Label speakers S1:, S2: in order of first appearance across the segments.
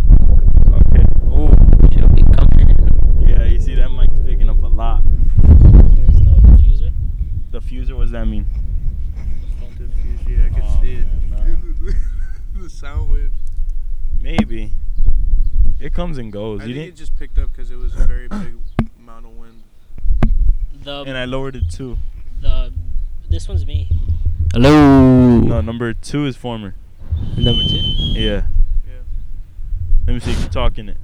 S1: Oh, I mean?
S2: yeah, I can
S1: Oh,
S2: see it.
S1: man,
S2: the sound waves.
S1: Maybe. It comes and goes.
S2: I
S1: you
S2: think it
S1: didn't,
S2: just picked up because it was a very big amount of wind.
S3: The
S1: and I lowered it too.
S3: the this one's me. Hello.
S1: No, number two is former.
S3: Number two.
S1: Yeah.
S2: Yeah.
S1: Let me see. Keep talking it.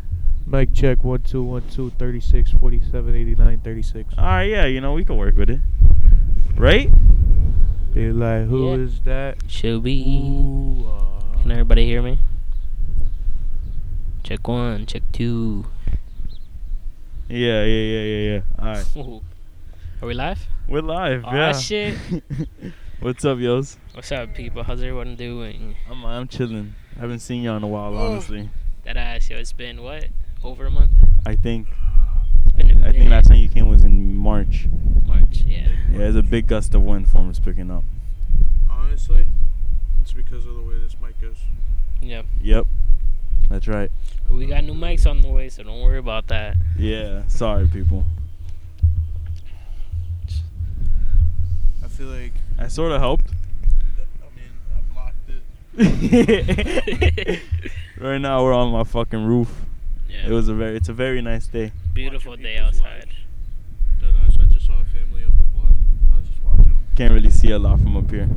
S4: Mic check 1212 36 47 89 36.
S1: All right. Yeah. You know we can work with it. Right?
S4: They like, who
S3: Yeah.
S4: is that?
S3: Should be.
S4: Ooh,
S2: uh,
S4: ah.
S3: Can everybody hear me? Check one. Check two.
S1: Yeah. Yeah. Yeah. Yeah. Yeah. All right.
S3: Ooh. Are we live?
S1: We're live.
S3: Aw,
S1: yeah.
S3: shit.
S1: What's up, yos?
S3: What's up, people? How's everyone doing?
S1: I'm I'm chilling. I haven't seen you in a while, honestly.
S3: That ass, yo, it's been what? Over a month?
S1: I think
S3: It's been a
S1: I think
S3: minute.
S1: last time you came was in March.
S3: March, yeah.
S1: Yeah, there's a big gust of wind former's picking up.
S2: Honestly, it's because of the way this mic goes.
S3: Yeah.
S1: Yep. That's right.
S3: We got new mics on the way, so don't worry about that.
S1: Yeah. Sorry, people.
S2: I feel like,
S1: I sort of helped.
S2: I mean, I blocked it.
S1: right now we're on my fucking roof.
S3: Yeah.
S1: It was a very it's a very nice day.
S3: beautiful
S2: Watching
S3: day
S2: people's
S3: outside.
S2: lives. No, no, so I just saw a family up the block. I was just watching them.
S1: Can't really see a lot from up here.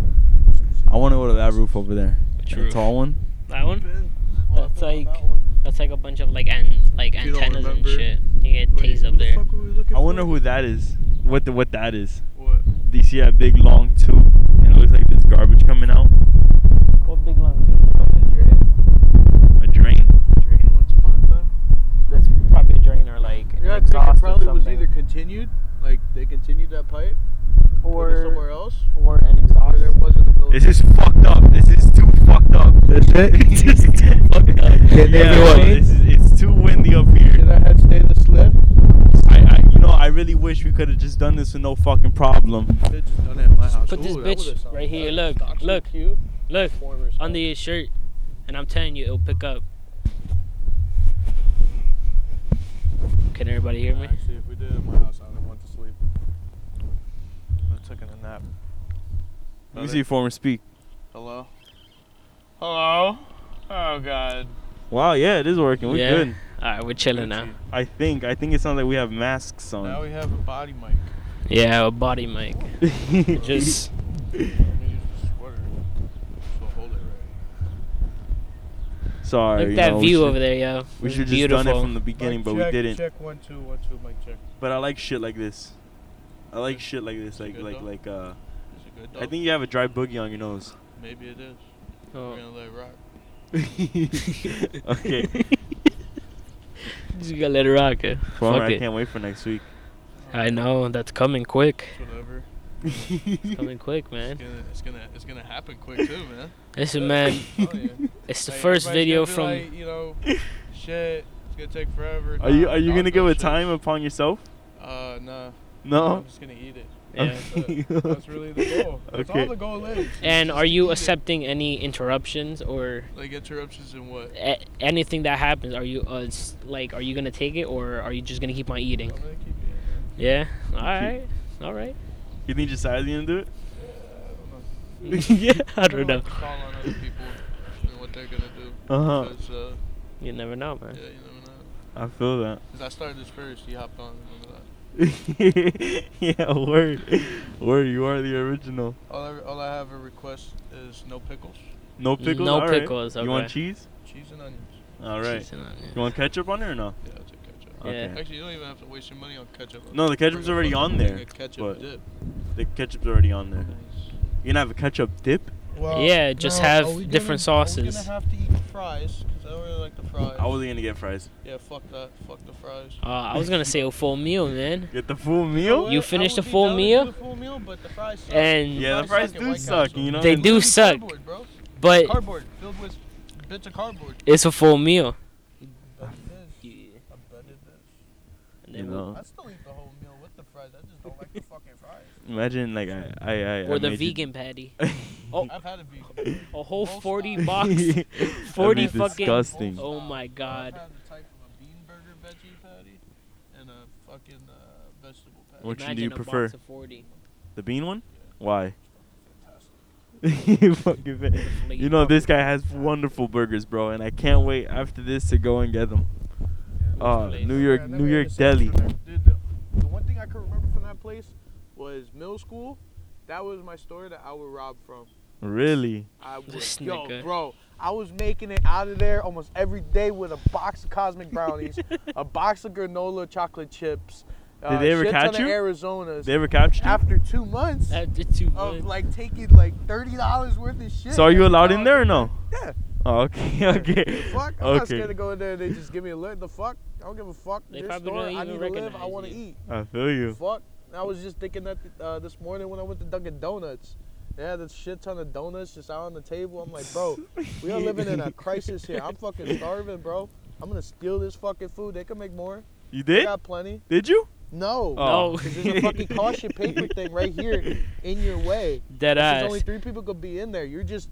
S1: I want to go to that roof over there.
S3: Which
S1: That
S3: roof?
S1: tall one.
S3: That one?
S2: Ben,
S3: That's
S2: well, I thought
S3: like-
S2: that one.
S3: That's like a bunch of like an like
S2: If you don't
S3: antennas and
S2: remember-
S3: shit. You get
S2: Wait,
S3: tased
S2: who
S3: up
S2: the
S3: there.
S2: fuck were we looking
S1: I wonder
S2: for?
S1: who that is. What the, what that is.
S2: What?
S1: They see that big long tube, and it looks like there's garbage coming out.
S4: What big long dude?
S1: A drain.
S2: Drain once upon a time?
S4: That's
S3: Probably a drain or like
S2: Yeah, I think it probably was either continued, like they continued that pipe, put it somewhere else,
S4: or an
S2: or there wasn't a building.
S1: This is fucked up. This is too fucked up.
S4: Is
S1: This is
S4: it?
S1: too fucked up.
S4: Can
S1: Yeah,
S4: everyone-
S1: bro, this is, it's too windy up
S2: Did
S1: here.
S2: I head stay the sled?
S1: I, I, you know, I really wish we could have just done this with no fucking problem.
S2: Bitch done it at my house.
S3: Put this
S2: Ooh, that
S3: bitch
S2: would've sounded
S3: right here,
S2: better.
S3: look,
S2: Actually
S3: look.
S2: cute.
S3: Look
S2: Former
S3: on
S2: sound.
S3: the shirt, and I'm telling you, it'll pick up. Can everybody hear me?
S2: Actually, if we did it at my house, I would have went to sleep. I took a nap.
S1: Let me see former speak.
S2: Hello. Hello. Oh God.
S1: Wow, yeah, it is working. We're
S3: Yeah.
S1: good.
S3: All right, we're chilling now.
S1: I think. I think it sounds like we have masks on.
S2: Now we have a body mic.
S3: Yeah, a body mic. Just
S2: I'm gonna use the sweater. So hold it right.
S1: sorry.
S3: look
S1: you
S3: at that
S1: know, we
S3: view
S1: should-
S3: over there, yo.
S1: We
S3: It's
S1: should just
S3: beautiful.
S1: done it from the beginning,
S2: Mic
S1: but
S2: check,
S1: we didn't.
S2: Check one two one two mic check.
S1: But I like shit like this. I like shit like this, like
S2: good
S1: like
S2: though?
S1: like uh.
S2: Is it good?
S1: I
S2: though?
S1: think you have a dry boogie on your nose.
S2: maybe it is.
S3: Oh.
S2: We're gonna let it rock.
S1: okay.
S3: Just gotta let it rock. eh?
S1: Former,
S3: Fuck
S1: I
S3: it.
S1: can't wait for next week.
S3: I know that's coming quick.
S2: It's whatever.
S3: Coming quick,
S2: It's
S3: man.
S2: gonna it's gonna it's gonna happen quick too, man.
S3: Listen, man.
S2: Oh, yeah.
S3: It's the
S2: Like,
S3: first
S2: everybody's
S3: video
S2: gonna be
S3: from.
S2: like, you know, shit. It's gonna take forever.
S1: Are you
S2: Nah,
S1: are you
S2: I'll
S1: gonna
S2: do
S1: give a
S2: shit.
S1: time upon yourself?
S2: Uh, no.
S1: No.
S2: I'm just gonna eat it.
S3: yeah.
S2: That's, that's really the goal. That's
S1: Okay.
S2: all the goal is.
S3: And
S2: Just
S3: are you
S2: eat it.
S3: accepting any interruptions or
S2: like interruptions and what?
S3: a- anything that happens? Are you uh, s- like, are you gonna take it or are you just gonna keep on
S2: I'm
S3: eating?
S2: gonna keep it.
S3: Yeah. All right. All right.
S1: You think Josiah's gonna do it?
S3: yeah. I don't know.
S2: have to call on other people and what they're gonna do.
S1: Uh huh.
S2: Because, uh,
S3: You never know,
S2: yeah,
S3: man.
S2: you never know.
S1: I feel that.
S2: Because I started this first. You hopped on. Remember that?
S1: yeah, word, word. You are the original.
S2: All I, all I have a request is no pickles,
S1: No pickles.
S3: No
S1: All right.
S3: pickles,
S1: You want
S3: okay.
S1: cheese?
S2: cheese and onions.
S1: All right.
S3: She's not- uh, yeah.
S1: You want ketchup on it or no?
S2: Yeah, I'll take ketchup.
S3: Yeah.
S1: Okay.
S2: Actually, you don't even have to waste your money on ketchup.
S1: No, the ketchup's
S2: Bring a
S1: already
S2: fucking
S1: on
S2: thing
S1: there,
S2: of Ketchup
S1: but-
S2: dip.
S1: The ketchup's already on there.
S2: Nice.
S1: You gonna have a ketchup dip?
S3: Yeah, just
S2: now,
S3: have
S2: are we
S3: different
S2: gonna-
S3: sauces.
S2: Are we gonna have to eat fries? Cause I don't really like the fries.
S1: I wasn't gonna get fries.
S2: yeah, fuck that. Fuck the fries.
S3: Uh, I was gonna say a full meal, man.
S1: Get the full
S2: know
S1: meal.
S2: what?
S3: You
S2: I
S3: finished
S2: would
S3: the
S2: be
S3: full
S2: down to do
S3: meal?
S2: The full meal, but the fries. Suck.
S3: And
S1: Yeah, the fries
S2: at
S1: do
S2: White
S1: suck.
S2: Castle.
S1: You know.
S3: They
S1: and-
S3: do
S2: Literally
S3: suck.
S2: Cardboard, bro.
S3: but
S2: Cardboard filled with bits of cardboard.
S3: it's a full meal.
S2: I bet it is. I bet it is.
S3: And
S1: You
S3: then
S1: know.
S2: I still eat the whole meal with the fries. I just don't like the fucking fries.
S1: Imagine like I I I. I
S3: Or the
S1: made you-
S3: vegan patty. Oh.
S2: I've had a vegan.
S3: A whole
S2: Whole
S3: 40
S2: style.
S3: box.
S1: That'd be
S3: 40 fucking-
S1: disgusting.
S3: Oh my god.
S2: I've had the type of a bean burger veggie patty and a fucking uh, vegetable patty.
S1: Which one do
S3: Imagine
S1: you
S3: a
S1: prefer?
S3: Box of 40.
S1: The bean one? Why? you fucking fa-
S3: Late
S1: You know this guy has wonderful burgers, bro, and I can't wait after this to go and get them. Uh,
S3: place?
S1: New
S2: Yeah,
S1: York,
S2: I
S1: New
S2: never
S1: York
S2: understood
S1: Deli.
S2: that. Dude, the, the one thing I can remember from that place was middle school. That was my store that I would rob from.
S1: Really?
S2: I would,
S3: This
S2: yo,
S3: nigga.
S2: bro, I was making it out of there almost every day with a box of cosmic brownies, a box of granola chocolate chips. Did
S1: they ever
S2: shit
S1: catch
S2: ton of
S1: you?
S2: Arizona's.
S1: They ever captured you?
S2: After two months
S3: After two
S2: of
S3: months.
S2: Oh, like taking like thirty dollars worth of shit.
S1: So are you
S2: every
S1: allowed
S2: now
S1: in
S2: and
S1: there or
S2: then.
S1: no?
S2: Yeah.
S1: Oh, okay, okay.
S2: Fuck, I'm not scared to
S1: Okay.
S2: go in there. and They just give me a look. The fuck, I don't give a fuck.
S3: They
S2: this
S3: probably
S2: store,
S3: don't
S2: I
S3: even
S2: need to live. I
S3: recognize
S2: want to
S3: you.
S2: eat.
S1: I feel you.
S2: Fuck. I was just thinking that uh, this morning when I went to Dunkin' Donuts. They had this shit ton of donuts just out on the table. I'm like, bro, we are living in a crisis here. I'm fucking starving, bro. I'm gonna steal this fucking food. They can make more.
S1: You
S2: They
S1: did?
S2: got plenty.
S1: Did you?
S2: No.
S1: Oh.
S3: No.
S2: 'Cause There's a fucking caution paper thing right here in your way.
S3: Dead
S2: There's
S3: ass.
S2: only three people could be in there. You're just,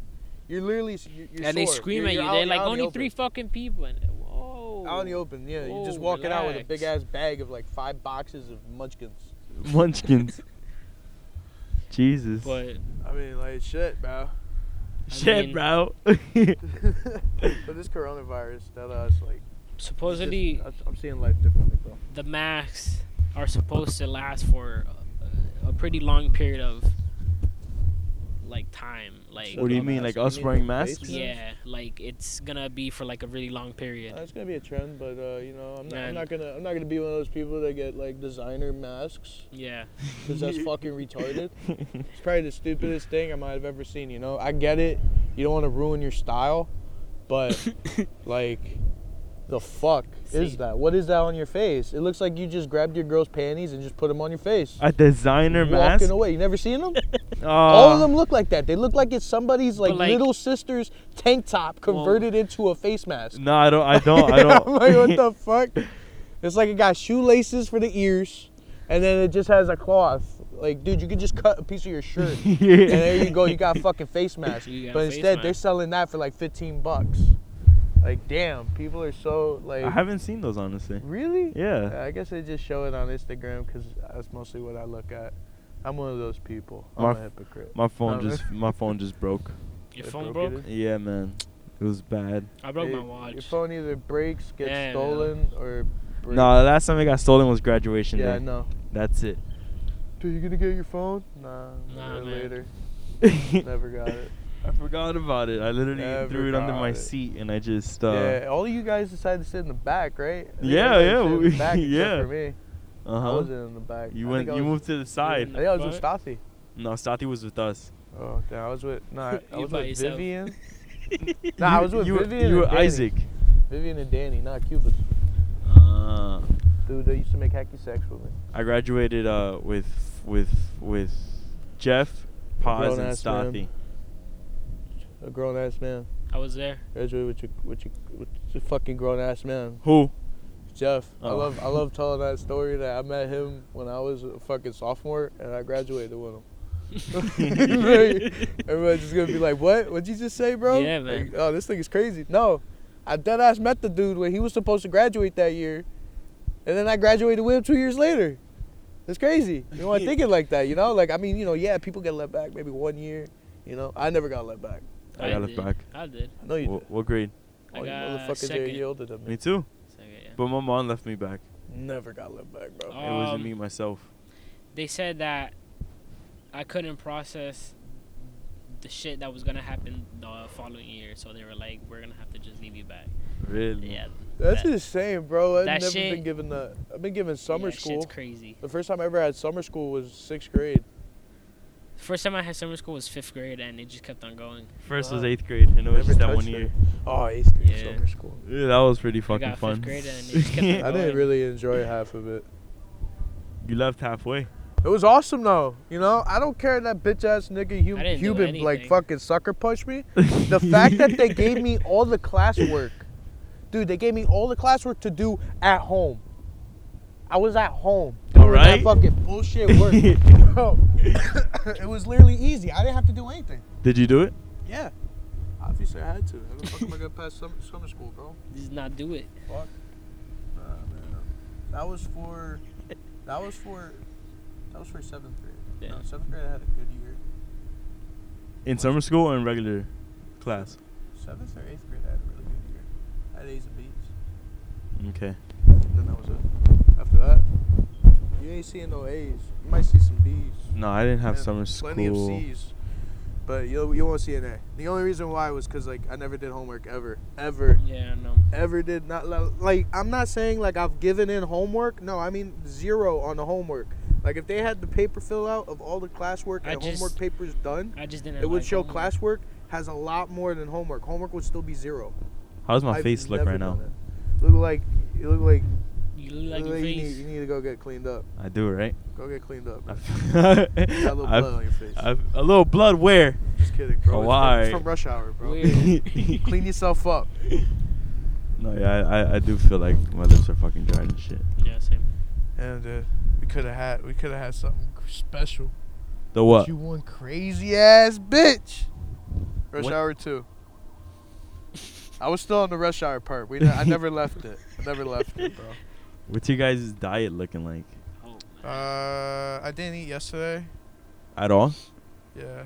S2: you're literally, you're, you're
S3: and they
S2: sore.
S3: scream
S2: You're-
S3: at you.
S2: you're
S3: They're
S2: out-
S3: like
S2: out in the
S3: only
S2: open.
S3: three fucking people. And, whoa.
S2: Out in the open, yeah. You're just
S3: Whoa,
S2: walking out with a big
S3: relax.
S2: ass bag of like five boxes of munchkins.
S1: Munchkins. Jesus.
S3: But
S2: I mean, like shit, bro.
S1: Shit,
S3: mean-
S1: bro.
S2: but this coronavirus, that us like.
S3: supposedly
S2: I'm seeing life differently, bro.
S3: the masks are supposed to last for a, a pretty long period of like time. Like
S1: What do you mean, like us wearing masks?
S3: yeah, like it's gonna be for like a really long period.
S2: Uh, It's gonna be a trend, but uh, you know, I'm not,
S3: Man.
S2: I'm not gonna, I'm not gonna be one of those people that get like designer masks
S3: Yeah.
S2: because that's fucking retarded. It's probably the stupidest thing I might have ever seen. You know, I get it. You don't want to ruin your style, but like, the fuck
S3: See.
S2: is that? What is that on your face? It looks like you just grabbed your girl's panties and just put them on your face.
S1: A designer
S2: Walking
S1: mask.
S2: away. You never seen them?
S1: Uh,
S2: All of them look like that. They look like it's somebody's like,
S3: like-
S2: little sister's tank top converted into a face mask.
S1: No, I don't. I don't. I don't.
S2: I'm like, what the fuck? It's like it got shoelaces for the ears, and then it just has a cloth. Like, dude, you could just cut a piece of your shirt, and there you go. You got a fucking face mask.
S3: You got
S2: But
S3: a face
S2: instead, they're
S3: mask.
S2: selling that for like 15 bucks. Like, damn, people are so
S1: I
S2: like.
S1: haven't seen those honestly.
S2: Really?
S1: Yeah.
S2: I guess they just show it on Instagram because that's mostly what I look at. I'm one of those people. I'm
S1: My
S2: a
S1: f-
S2: hypocrite.
S1: My phone
S2: Oh,
S1: just my phone just broke.
S3: Your
S2: It
S3: phone
S2: broke
S3: broke?
S2: it
S1: Yeah, man. It was bad.
S3: I broke
S2: Hey,
S3: my watch.
S2: Your phone either breaks, gets
S3: Yeah, man.
S2: stolen, or breaks.
S1: No, the last time it got stolen was graduation
S2: Yeah, I
S1: day.
S2: know.
S1: That's it.
S2: Dude, you gonna get your phone? Nah,
S3: Nah,
S2: or
S3: man.
S2: later.
S1: I
S2: Never got it.
S1: forgot about it. I literally
S2: Never
S1: threw it under
S2: got
S1: my
S2: it.
S1: seat and I just uh
S2: yeah, all of you guys decided to sit in the back, right? I think
S1: Yeah, yeah,
S2: everybody stayed in
S1: we-
S2: the back except
S1: yeah.
S2: For me, I
S1: uh-huh.
S2: wasn't in the back.
S1: You
S2: I
S1: went
S2: think I
S1: you
S2: was-
S1: moved to the
S2: I
S1: side.
S2: think I was with Stathi.
S1: No, Stati was with us.
S2: Oh, damn, I was with nah, I
S3: You
S2: was
S3: by
S2: with
S3: yourself.
S2: Vivian. Nah, I
S1: You-
S2: was with
S1: you, were-
S2: Vivian
S1: You
S2: and
S1: were
S2: Danny.
S1: Isaac.
S2: Vivian and Danny, not Cubas.
S1: Uh,
S2: Dude, they used to make hacky sex with me.
S1: I graduated uh with with with Jeff, Paz and
S2: Grown-ass man.
S1: Stati.
S2: A grown ass man.
S3: I was there.
S2: Graduated with your, with your, with your fucking grown ass man.
S1: Who?
S2: Jeff, I
S1: Oh.
S2: love I love telling that story that I met him when I was a fucking sophomore and I graduated with him. Everybody's just gonna be like, "What? What'd you just say, bro?"
S3: Yeah, man.
S2: Like, oh, this thing is crazy. No, I dead ass met the dude when he was supposed to graduate that year, and then I graduated with him two years later. It's crazy. You want to think it like that, you know? Like, I mean, you know, yeah, people get let back maybe one year. You know, I never got let back.
S1: I got
S3: did.
S1: it back.
S3: I did.
S2: I know you
S1: What, what grade?
S2: did.
S3: I
S2: All you
S3: got
S2: motherfuckers are a
S3: second.
S2: year older than
S1: Me
S2: me.
S1: too.
S3: Second, yeah.
S1: But my mom left me back.
S2: Never got let back, bro.
S1: it
S3: Um,
S1: wasn't me myself.
S3: They said that I couldn't process the shit that was gonna happen the following year, so they were like, "We're gonna have to just leave you back."
S1: Really?
S3: Yeah,
S2: That's
S3: that-
S2: insane, bro. I've
S3: that
S2: never
S3: shit-
S2: been given the. I've been given summer
S3: that
S2: school.
S3: Shit's crazy.
S2: The first time I ever had summer school was sixth grade.
S3: First time I had summer school was fifth grade, and it just kept on going.
S1: First was
S2: Wow.
S1: eighth grade, and it was
S2: Never
S1: just that
S2: touched
S1: one
S2: it.
S1: year.
S2: Oh, eighth grade
S3: Yeah.
S2: summer school.
S1: Yeah, that was pretty
S3: got
S1: fucking
S3: fifth
S1: fun.
S3: grade and it just kept on
S2: I
S3: Go ahead.
S2: didn't really enjoy half of it.
S1: you left halfway.
S2: It was awesome though. You know, I don't care that bitch ass nigga
S3: I
S2: human
S3: didn't do
S2: Cuban like
S3: anything.
S2: fucking sucker punched me. The fact that they gave me all the classwork, dude, they gave me all the classwork to do at home. I was at home doing
S1: Alright.
S2: that fucking bullshit work. Bro, it was literally easy. I didn't have to do anything.
S1: Did you do it?
S2: Yeah. Obviously, I had to. How the fuck am I gonna pass summer, summer school, bro?
S3: Just not do it.
S2: Nah, man. That was for. That was for. That was for seventh grade.
S3: Yeah.
S2: No, seventh grade I had a good year.
S1: in summer school or in regular class?
S2: Seventh or eighth grade, I had a really good year. I had A's and B's.
S1: Okay.
S2: And then that was it. After that, you ain't seeing no A's. You might see some B's.
S1: No, I didn't have
S2: Yeah,
S1: summer school.
S2: plenty of C's, but you you won't see an A. The only reason why was because like I never did homework ever, ever,
S3: Yeah, no.
S2: ever did not lo- like I'm not saying like I've given in homework. No, I mean zero on the homework. Like if they had the paper fill out of all the classwork
S3: I
S2: and
S3: just-
S2: homework papers done,
S3: I just didn't.
S2: it would
S3: like
S2: show
S3: homework.
S2: classwork has a lot more than homework. Homework would still be zero.
S1: How does my
S2: I've
S1: face look
S2: never
S1: right now?
S2: done it. Look like you look like,
S3: You look like
S2: look
S3: your
S2: like you, need,
S3: face.
S2: you need to go get cleaned up.
S1: I do, right?
S2: Go get cleaned up. bro.
S1: I've-
S2: You got a little blood on your face.
S1: I've- a little blood where?
S2: Just kidding, bro. It's from-
S1: Why?
S2: It's from rush hour, bro.
S3: Weird.
S2: Clean yourself up.
S1: No, yeah, I, I, I do feel like my lips are fucking dried and shit.
S3: Yeah, same.
S2: And dude, we could have had we could have had something special.
S1: The what?
S2: You one crazy ass bitch. Rush
S1: What?
S2: hour two. I was still on the rush hour part. We ne- I never left it. I never left it, bro.
S1: What's your guys' diet looking like?
S3: Oh,
S2: Uh, I didn't eat yesterday.
S1: At all?
S2: Yeah.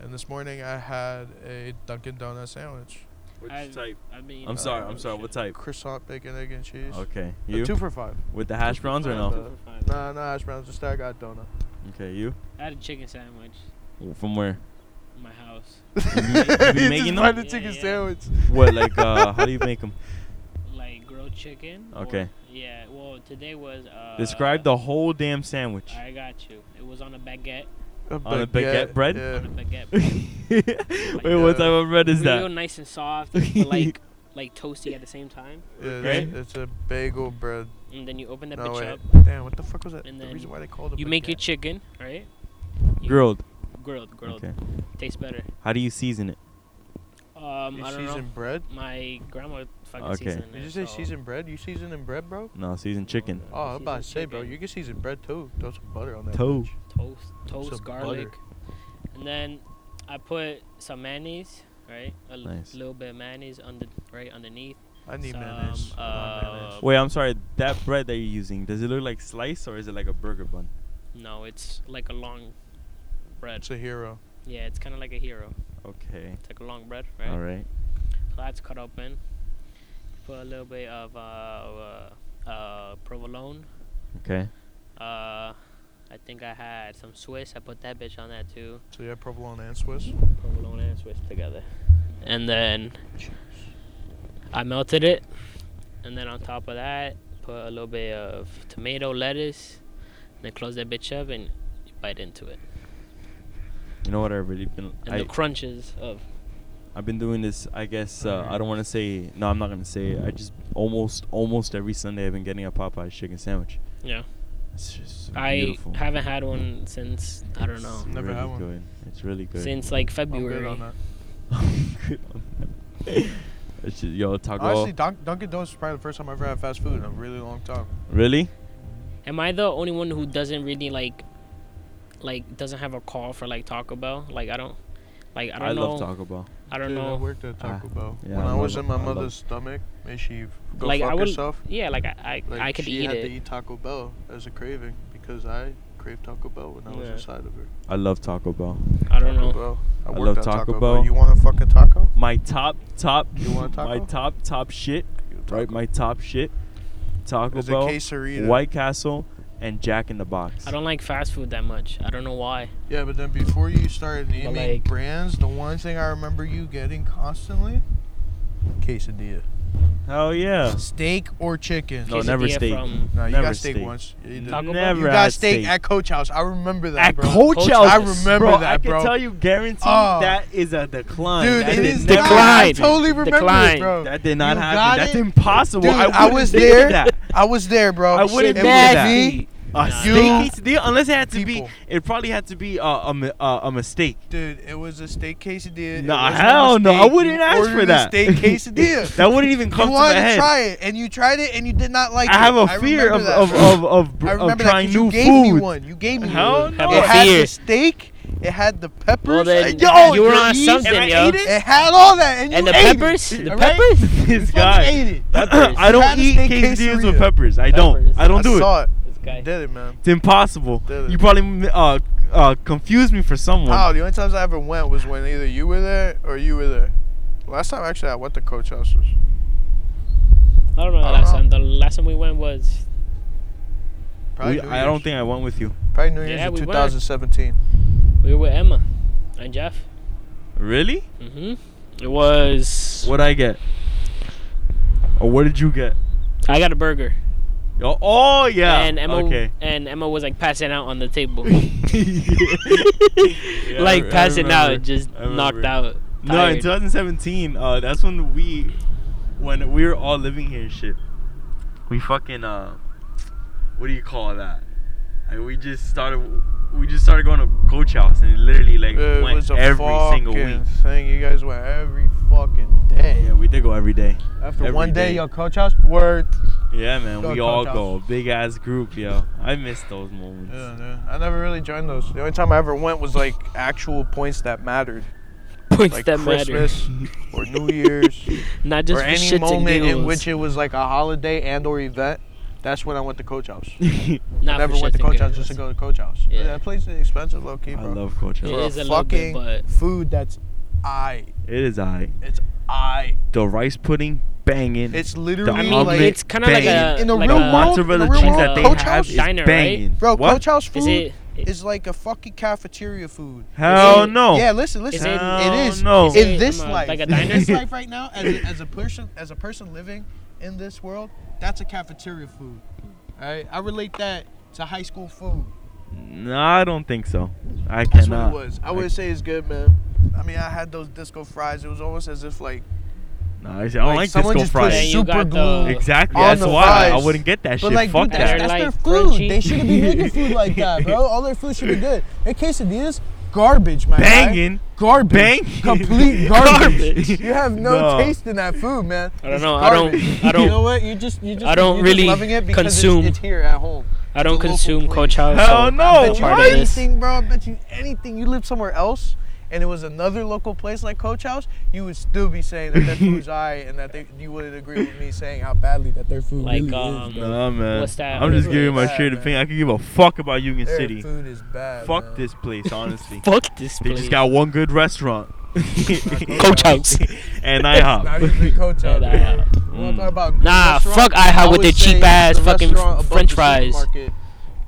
S2: And this morning I had a Dunkin' Donut sandwich,
S3: I've- I've been
S1: I'm sorry, I'm sorry. What type?
S2: croissant, bacon, egg, and cheese.
S1: Okay,
S2: A
S1: Oh, you
S2: two for five.
S1: with the hash browns or
S2: five,
S1: no?
S2: uh, Nah, nah, hash browns. Just I got donut.
S1: Okay, you
S3: I had a chicken sandwich
S1: from where?
S3: in my house.
S1: ma- you
S2: He
S1: making
S2: just bought
S1: them?
S2: a chicken
S3: Yeah, yeah.
S2: sandwich.
S1: What like uh? How do you make them?
S3: Like grilled chicken. or-
S1: Okay.
S3: yeah. Well, today was. Uh,
S1: Describe the whole damn sandwich.
S3: I got you. It was on a baguette.
S1: On a baguette bread?
S2: Yeah.
S3: On a baguette.
S1: Wait, what type of bread is
S3: Real
S1: that?
S3: nice and soft, but like like toasty at the same time.
S2: Yeah,
S1: Right?
S2: it's, it's a bagel bread.
S3: And then you open that
S2: no,
S3: bitch
S2: wait.
S3: up.
S2: Damn, what the fuck was that?
S3: And
S2: the
S3: then
S2: reason why they called it
S3: You make your
S2: baguette.
S3: chicken, right? You-
S1: Grilled.
S3: Grilled, grilled.
S1: Okay.
S3: Tastes better.
S1: How do you season it?
S3: Um,
S2: You
S3: I don't
S2: season
S3: know.
S2: bread?
S3: My grandma fucking
S1: Okay.
S3: seasoned
S2: Did
S3: it,
S2: you say
S3: so-
S2: season bread? You seasoning bread, bro?
S1: No, season chicken.
S2: Oh, I'm about to
S3: Season
S2: say, bro,
S3: chicken.
S2: you can season bread too. Throw some butter on that.
S1: Toe.
S2: bitch.
S3: toast, toast,
S2: Some
S3: garlic, and then I put some mayonnaise, right? A l-
S1: Nice.
S3: little bit of mayonnaise under, right underneath.
S2: I need
S3: Some,
S2: mayonnaise. I want mayonnaise.
S3: uh,
S1: Wait, I'm sorry. That bread that you're using, does it look like slice or is it like a burger bun?
S3: No, it's like a long bread.
S2: It's a hero.
S3: Yeah, it's kind of like a hero.
S1: Okay.
S3: It's like a long bread, right?
S1: All right.
S3: So that's cut open. Put a little bit of uh, uh, uh, provolone.
S1: Okay.
S3: Uh, I think I had some Swiss. I put that bitch on that too.
S2: So you have provolone and Swiss?
S3: Provolone and Swiss together. And then I melted it. And then on top of that, put a little bit of tomato, lettuce. And then close that bitch up and you bite into it.
S1: You know what I've really been
S3: And
S1: I,
S3: the crunches of.
S1: I've been doing this I guess uh, I don't want to say no I'm not going to say it. I just almost almost every Sunday I've been getting a Popeye's chicken sandwich.
S3: Yeah.
S1: It's just
S3: I
S1: beautiful.
S3: haven't had one since, I don't
S1: It's
S3: know,
S2: Never
S1: really
S2: had one.
S1: good. It's really good.
S3: since like
S2: I'm
S3: February.
S2: good on that.
S1: Good on that. It's just- Yo, taco.
S2: Honestly, Dunk, Dunkin' Donuts is probably the first time I've ever had fast food in a really long time.
S1: really?
S3: Am I the only one who doesn't really like, like doesn't have a call for like Taco Bell? Like I don't, like I don't know.
S1: love Taco Bell.
S3: I don't
S2: Dude, I
S3: know.
S2: worked at
S1: Ah,
S2: Taco Bell.
S1: yeah,
S2: when
S1: I
S2: I, was
S1: love-
S2: in my
S1: I love-
S2: mother's stomach, and she go
S3: Like,
S2: fuck
S3: I would-
S2: herself.
S3: Yeah, like I, I,
S2: Like
S3: I could
S2: she
S3: eat
S2: had
S3: it.
S2: to eat Taco Bell as a craving because I craved Taco Bell when I was
S3: Yeah.
S2: inside of her.
S1: I love Taco Bell.
S3: I don't
S2: Taco
S3: know.
S2: Bell. I,
S1: I
S2: worked
S1: love
S2: at
S1: Taco
S2: Taco, Bell.
S1: Bell.
S2: You want a fucking taco?
S1: My top top
S2: You want a
S1: my
S2: taco?
S1: top top shit,
S2: You
S1: right? My top shit. Taco
S2: There's a
S1: Bell,
S2: quesarito.
S1: White Castle and Jack in the Box.
S3: I don't like fast food that much. I don't know why.
S2: Yeah, but then before you started naming
S3: like-
S2: brands, the one thing I remember you getting constantly, quesadilla,
S1: Hell yeah.
S2: steak or chicken.
S1: No, never
S3: Quesadilla
S1: steak.
S3: From
S2: No, you
S1: never
S2: got steak,
S1: steak.
S2: once. Yeah, you did.
S3: Taco Bell?
S1: Never
S2: You got
S1: had
S2: steak,
S1: steak.
S2: at Coach House. I remember that.
S1: At
S2: bro.
S1: Coach
S3: Coach
S1: House.
S2: I remember
S1: bro,
S2: that,
S1: I
S2: bro.
S1: can tell you, guarantee
S2: Oh.
S1: that is a decline.
S2: Dude,
S1: that
S2: it
S1: did
S2: is
S1: never
S2: decline. I
S1: happen.
S2: totally remember
S3: Decline.
S2: this, bro.
S1: That did not
S2: You got
S1: happen. That's
S2: it?
S1: impossible.
S2: Dude, I
S1: wouldn't
S2: was
S1: did
S2: there.
S1: That.
S2: I was there, bro.
S1: I wouldn't
S2: It
S1: do
S2: was
S1: that.
S2: me,
S1: A
S3: Nah.
S1: steak
S2: You
S1: quesadilla, unless it had to
S2: people.
S1: be, it probably had to be uh, a, mi- uh, a mistake.
S2: Dude, it was a steak quesadilla. It
S1: Nah,
S2: wasn't a
S1: hell no. I
S2: steak.
S1: wouldn't
S2: You
S1: ask for
S2: ordered a
S1: that.
S2: steak quesadilla.
S1: That wouldn't even come
S2: you
S1: to my
S2: wanted to
S1: head.
S2: try it, and you tried it, and you did not like
S1: I
S2: it.
S1: have a
S2: I
S1: fear of,
S2: remember that,
S1: of,
S2: bro.
S1: of, of,
S2: I
S1: of,
S2: remember that
S1: trying
S2: 'cause
S1: new
S2: you gave me
S1: food.
S2: one. You gave me
S1: Hell
S2: one.
S1: no.
S2: It had
S3: Fear.
S2: the steak. It had the peppers.
S3: Well, then
S2: it-
S1: Yo,
S3: you were
S1: you
S3: on
S1: eat
S3: something,
S1: and I
S3: yo.
S1: ate it?
S2: It had all that, and,
S3: And
S2: you
S3: the
S2: ate
S3: peppers?
S2: It,
S3: The
S2: all right?
S3: peppers?
S2: You
S1: this
S2: fucking
S1: guy.
S2: ate it.
S3: Peppers.
S1: I don't
S2: Had a
S1: eat
S2: steak
S1: quesadillas
S2: quesadilla.
S1: with peppers. I don't.
S3: Peppers.
S1: I don't do
S2: I
S1: it.
S2: saw it.
S3: This guy.
S2: Did it, man?
S1: It's impossible.
S2: Did it.
S1: You probably uh, uh, confused me for someone.
S2: Wow, the only times I ever went was when either you were there or you were there. Last time, actually, I went to Coach House's.
S3: I don't know the
S2: I don't
S3: last
S2: know.
S3: time. The last time we went was
S1: We- I don't think I went with you.
S2: Probably New Year's
S3: Yeah,
S2: of
S3: we went.
S2: 2017.
S3: we were with Emma and Jeff.
S1: Really?
S3: hmm It was.
S1: What I get? Or what did you get?
S3: I got a burger.
S1: Oh, oh yeah.
S3: And Emma
S1: okay.
S3: and Emma was like passing out on the table.
S1: Yeah, I re-
S3: like
S1: I
S3: passing out,
S1: remember.
S3: just
S1: I
S3: knocked
S1: remember.
S3: out.
S1: No, in
S3: tired.
S1: 2017, uh, that's when we, when we were all living here, and shit. We fucking uh, what do you call that? And we just started, we just started going to Coach House, and it literally like
S2: It
S1: went
S2: was a
S1: every
S2: fucking
S1: single week.
S2: thing. You guys went every fucking day.
S1: Yeah, we did go every day.
S2: After
S1: every
S2: one day,
S1: day.
S2: your coach house word.
S1: Yeah, man,
S2: Go
S1: we
S2: to
S1: all
S2: Coach
S1: go, big ass group, yo. I miss those moments.
S2: Yeah, no, I never really joined those. The only time I ever went was like actual points that mattered,
S3: Points
S2: like
S3: that matter.
S2: Christmas or New Year's,
S3: Not just
S2: or
S3: for
S2: any
S3: shits
S2: moment
S3: and
S2: in
S3: giggles.
S2: which it was like a holiday and or event. That's when I went to coach house.
S3: Not
S2: I never
S3: for
S2: went to
S3: shits and
S2: coach house
S3: giggles.
S2: just to go to coach house.
S3: Yeah.
S2: Yeah, that place is expensive, low key,
S1: I
S2: bro.
S1: love Coach House.
S3: It
S2: for a
S3: is a little bit,
S2: fucking-
S3: but
S2: Food that's I.
S1: It is I.
S2: It's I.
S1: The rice pudding banging.
S2: It's literally
S3: I mean,
S1: omelet
S2: like
S3: it's kinda like
S1: banging.
S3: a-
S2: in the
S3: like
S2: real
S1: the
S3: a-
S2: world. in the
S1: mozzarella
S2: real
S1: cheese
S2: world,
S1: that they
S2: coach
S1: have
S2: house,
S1: is
S3: Diner, right?
S1: banging.
S2: bro.
S1: What?
S2: Coach house food
S3: is it?
S2: is like a fucking cafeteria food.
S1: Hell
S3: it-
S1: no.
S2: Yeah, listen, listen.
S3: it-
S1: Hell
S2: it is
S1: no.
S3: Is
S2: in
S3: it,
S2: this
S3: um,
S2: life,
S3: like a
S2: in this
S1: diner?
S2: life right now, as a, as a person, as a person living in this world, that's a cafeteria food. All right, I relate that to high school food.
S1: No, I don't think so. I
S2: That's
S1: cannot.
S2: what it was. I wouldn't say it's good, man. I mean, I had those disco fries. It was almost as if like,
S1: No, I said- I don't
S2: Like,
S1: like,
S2: someone
S1: disco
S2: just put
S3: then
S1: fries.
S3: you
S2: Super
S3: got
S2: glue.
S3: the
S1: Exactly.
S2: on
S1: That's
S2: the
S1: why I
S2: fries.
S1: wouldn't get that
S2: but
S1: shit.
S2: like,
S1: Fuck
S2: dude,
S1: that.
S2: that's,
S3: They're,
S2: that's their
S3: like,
S2: food.
S3: crunchy.
S2: They shouldn't be making food like that, bro. All their food should be good. Their quesadillas, garbage, my guy.
S1: Banging.
S2: garbage,
S1: Banging.
S2: complete garbage.
S1: Garbage.
S2: you have
S1: No.
S2: no, taste in that food, man.
S3: I don't
S2: It's
S3: know. I don't-
S2: garbage.
S3: I don't-
S2: You know what? You just you just
S3: I don't
S2: you're just
S3: really
S2: loving it because it's-
S3: consume-
S2: It's, here at home.
S3: I don't
S2: local
S3: consume
S2: place.
S3: Coach House.
S1: Hell
S3: so
S1: no,
S3: I'm
S2: I bet you
S3: part
S1: what?
S3: of this.
S2: anything, bro. I bet you anything. You live somewhere else. And it was another local place like Coach House, you would still be saying that their food's alright, and that they, you wouldn't agree with me saying how badly that their food
S3: Like,
S2: really
S3: um,
S2: is. bro.
S1: Nah, man.
S3: What's that?
S1: I'm just
S2: Really
S1: giving my
S2: bad,
S1: straight
S2: man.
S1: opinion. I could give a fuck about Union
S2: Their
S1: City.
S2: food is bad.
S1: Fuck
S2: man.
S1: this place, honestly.
S3: Fuck this
S1: They
S3: place.
S1: just got one good restaurant.
S3: Coach House.
S1: and
S2: Not
S1: IHOP.
S2: even Coach House.
S3: Yeah,
S2: bro.
S3: that-
S2: You wanna talk about
S3: Mm. Nah,
S2: restaurant?
S3: fuck IHOP
S2: I
S3: with
S2: would
S3: their
S2: say
S3: cheap ass
S2: the
S3: fucking
S2: restaurant above
S3: french
S2: the
S3: fries.
S2: supermarket.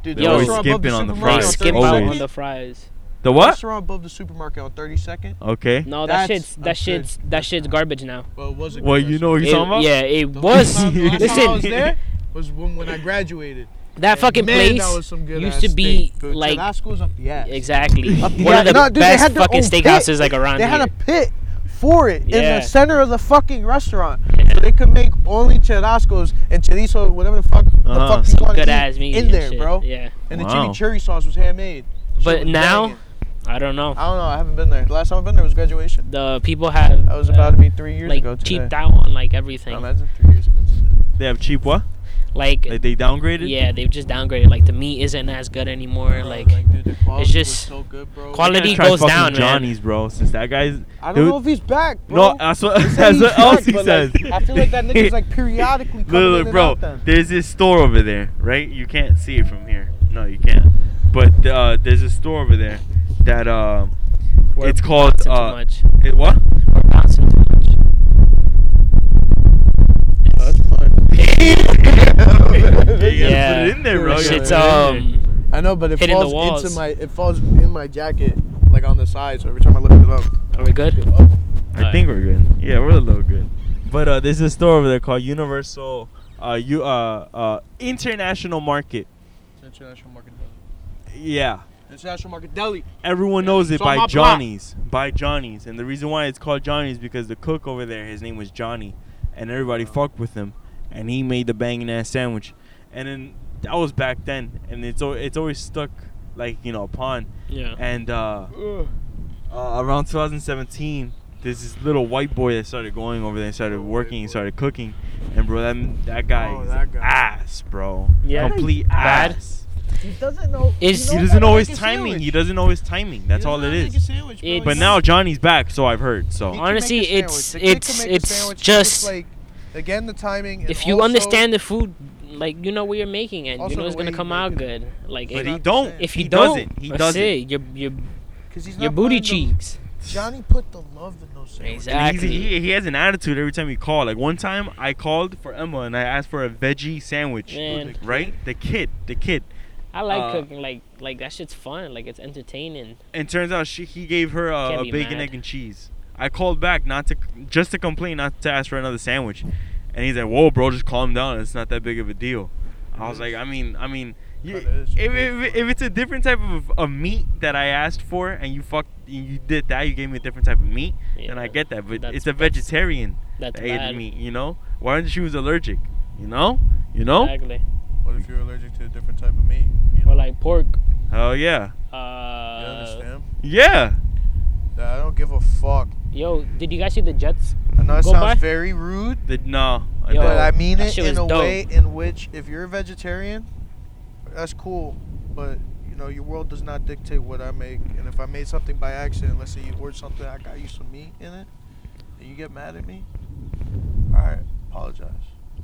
S2: Dude,
S1: They always
S2: restaurant above
S1: skipping on the
S3: They
S2: supermarket
S1: fries.
S3: skip out
S1: Always.
S3: on the fries.
S1: The what?
S2: Restaurant above the supermarket on 32nd.
S1: Okay.
S3: No, that
S2: That's
S3: shit's that
S2: absurd.
S3: shit's that
S2: That's
S3: shit's
S2: not-
S3: garbage now.
S2: Well, it was a good
S1: Well, you know what
S3: It-
S1: you're talking about?
S3: yeah, it
S2: restaurant. The
S3: was.
S2: last time- the last time I was
S3: Listen,
S2: there was when, when I graduated.
S3: that fucking
S2: Man,
S3: place
S2: that was some good
S3: used
S2: ass
S3: to be
S2: steak. Dude,
S3: like
S2: Tabasco's up the ass.
S3: exactly
S2: Up the
S3: one
S2: ass.
S3: of the
S2: No, dude, they
S3: best
S2: had their
S3: fucking
S2: own pit.
S3: steakhouses like around
S2: They had
S3: here.
S2: a pit for it in
S3: Yeah.
S2: the center of the fucking restaurant,
S3: Yeah.
S2: so they could make only churrascos and chorizo, whatever the fuck,
S1: Uh-huh.
S2: the fuck you
S3: Some
S2: want
S3: good
S2: to
S3: ass meat
S2: eat in
S3: and
S2: there,
S3: shit.
S2: bro.
S3: Yeah,
S2: And
S1: Wow.
S2: the chimichurri sauce was handmade. Shit
S3: But
S2: was
S3: now-
S2: banging.
S3: I don't know.
S2: I don't know. I haven't been there. The last time I've been there was graduation.
S3: The people have
S2: That was about
S3: uh,
S2: to be three years
S3: like
S2: ago today.
S3: cheaped out on like everything.
S2: Oh, imagine three years ago today.
S1: They have cheap what?
S3: like
S1: Like they downgraded?
S3: yeah, they've just downgraded. Like the meat isn't as good anymore.
S2: Bro,
S3: Like
S2: dude, the quality was
S3: just-
S2: so good, bro.
S1: They
S3: quality
S1: gotta try
S3: goes
S1: fucking
S3: down, man.
S1: Johnny's, bro. Since that guy's
S2: I don't
S1: Dude.
S2: know if he's back, bro.
S1: no, that's what
S2: He said
S1: that's
S2: he's
S1: what else
S2: back,
S1: he
S2: but,
S1: says.
S2: like, I feel like that nigga's like periodically coming in
S1: Literally,
S2: and
S1: bro.
S2: out then.
S1: There's this store over there, right? You can't see it from here. No, you can't. But uh, there's a store over there that uh,
S3: We're
S1: it's called
S3: bouncing too
S1: uh,
S3: much.
S1: it, what?
S3: We're bouncing too much.
S2: That's fine.
S1: You gotta
S3: Yeah.
S1: put it in there, bro. You gotta
S2: That
S3: Shit's
S1: put it in there.
S3: um.
S2: I know, but it
S3: Hitting the
S2: falls
S3: walls.
S2: into my it falls in my jacket, like on the side. So every time I look it up,
S3: Are we good?
S2: up.
S1: I think we're good. Yeah, we're a little good. But uh, there's a store over there called Universal uh, U, uh, uh, International Market.
S2: International Market.
S1: Yeah.
S2: International Market Deli.
S1: Everyone knows it
S2: It's on
S1: by
S2: my block.
S1: Johnny's. By Johnny's. And the reason why it's called Johnny's because the cook over there, his name was Johnny. And everybody
S2: Uh-huh.
S1: fucked with him. And he made the banging ass sandwich. And then that was back then. And it's, al- it's always stuck, like, you know, upon.
S3: Yeah.
S1: And uh, uh, around 2017, there's this little white boy that started going over there and started working and started cooking. And, bro, that, that guy
S2: Oh,
S1: is
S2: that guy.
S1: ass, bro.
S3: Yeah.
S1: Complete
S3: Bad.
S1: ass.
S2: He doesn't know.
S3: Is-
S1: He
S3: knows
S1: doesn't know his timing. He doesn't know his timing. That's all it is.
S3: It's-
S1: But now Johnny's back, so I've heard. So
S3: He- honestly, it's- it's- it's just-
S2: like again the timing. and
S3: If you
S2: also-
S3: understand the food, like you know what you're making and
S2: Also
S3: you know
S2: the
S3: it's
S2: way
S3: gonna
S2: you
S3: come out
S2: make
S3: good. Like
S1: But
S3: if,
S2: It's
S1: he
S2: not the
S1: don't.
S2: same.
S3: if he,
S1: he
S3: don't,
S1: doesn't. He
S3: that's
S1: doesn't.
S3: it. Your your
S2: Because he's
S3: your
S2: not
S3: booty
S2: putting the-
S3: cheeks.
S2: Johnny put the love in those sandwiches.
S3: Exactly.
S1: And he's- he, he has an attitude every time you call. Like one time I called for Emma and I asked for a veggie sandwich.
S3: Man.
S1: Right? The kid. The kid.
S3: I like
S1: Uh,
S3: cooking. Like like that shit's fun. Like it's entertaining.
S1: And turns out she he gave her a,
S3: Can't
S1: a
S3: be
S1: bacon,
S3: mad.
S1: egg, and cheese. I called back not to just to complain, not to ask for another sandwich. And he's like, "Whoa, bro, just calm down. It's not that big of a deal." I was like, "I mean, I mean, you,
S2: But
S1: if,
S2: it is big,
S1: if,
S2: bro.
S1: if it's a different type of, of meat that I asked for, and you fucked, you did that, you gave me a different type of meat, then
S3: Yeah,
S1: I get that. But
S3: that's-
S1: it's a
S3: that's-
S1: vegetarian
S3: That's
S1: that ate
S3: bad.
S1: meat, you know. Why aren't she was allergic? You know, you know.
S3: Exactly.
S2: What if you're allergic to a different type of meat? You
S3: Or like pork.
S1: Hell yeah,
S2: you
S3: Uh,
S2: understand?
S1: yeah.
S2: That I don't give a fuck.
S3: yo, did you guys see the Jets?
S2: I know it
S3: Go
S2: sounds
S3: by?
S2: very rude,
S1: The, no, I
S3: Yo,
S1: don't.
S2: but I mean
S3: that
S2: it
S3: shit
S2: in
S3: was
S2: a
S3: dope.
S2: way in which if you're a vegetarian, that's cool. But you know, your world does not dictate what I make. And if I made something by accident, let's say you ordered something, I got you some meat in it, and you get mad at me, all right, apologize.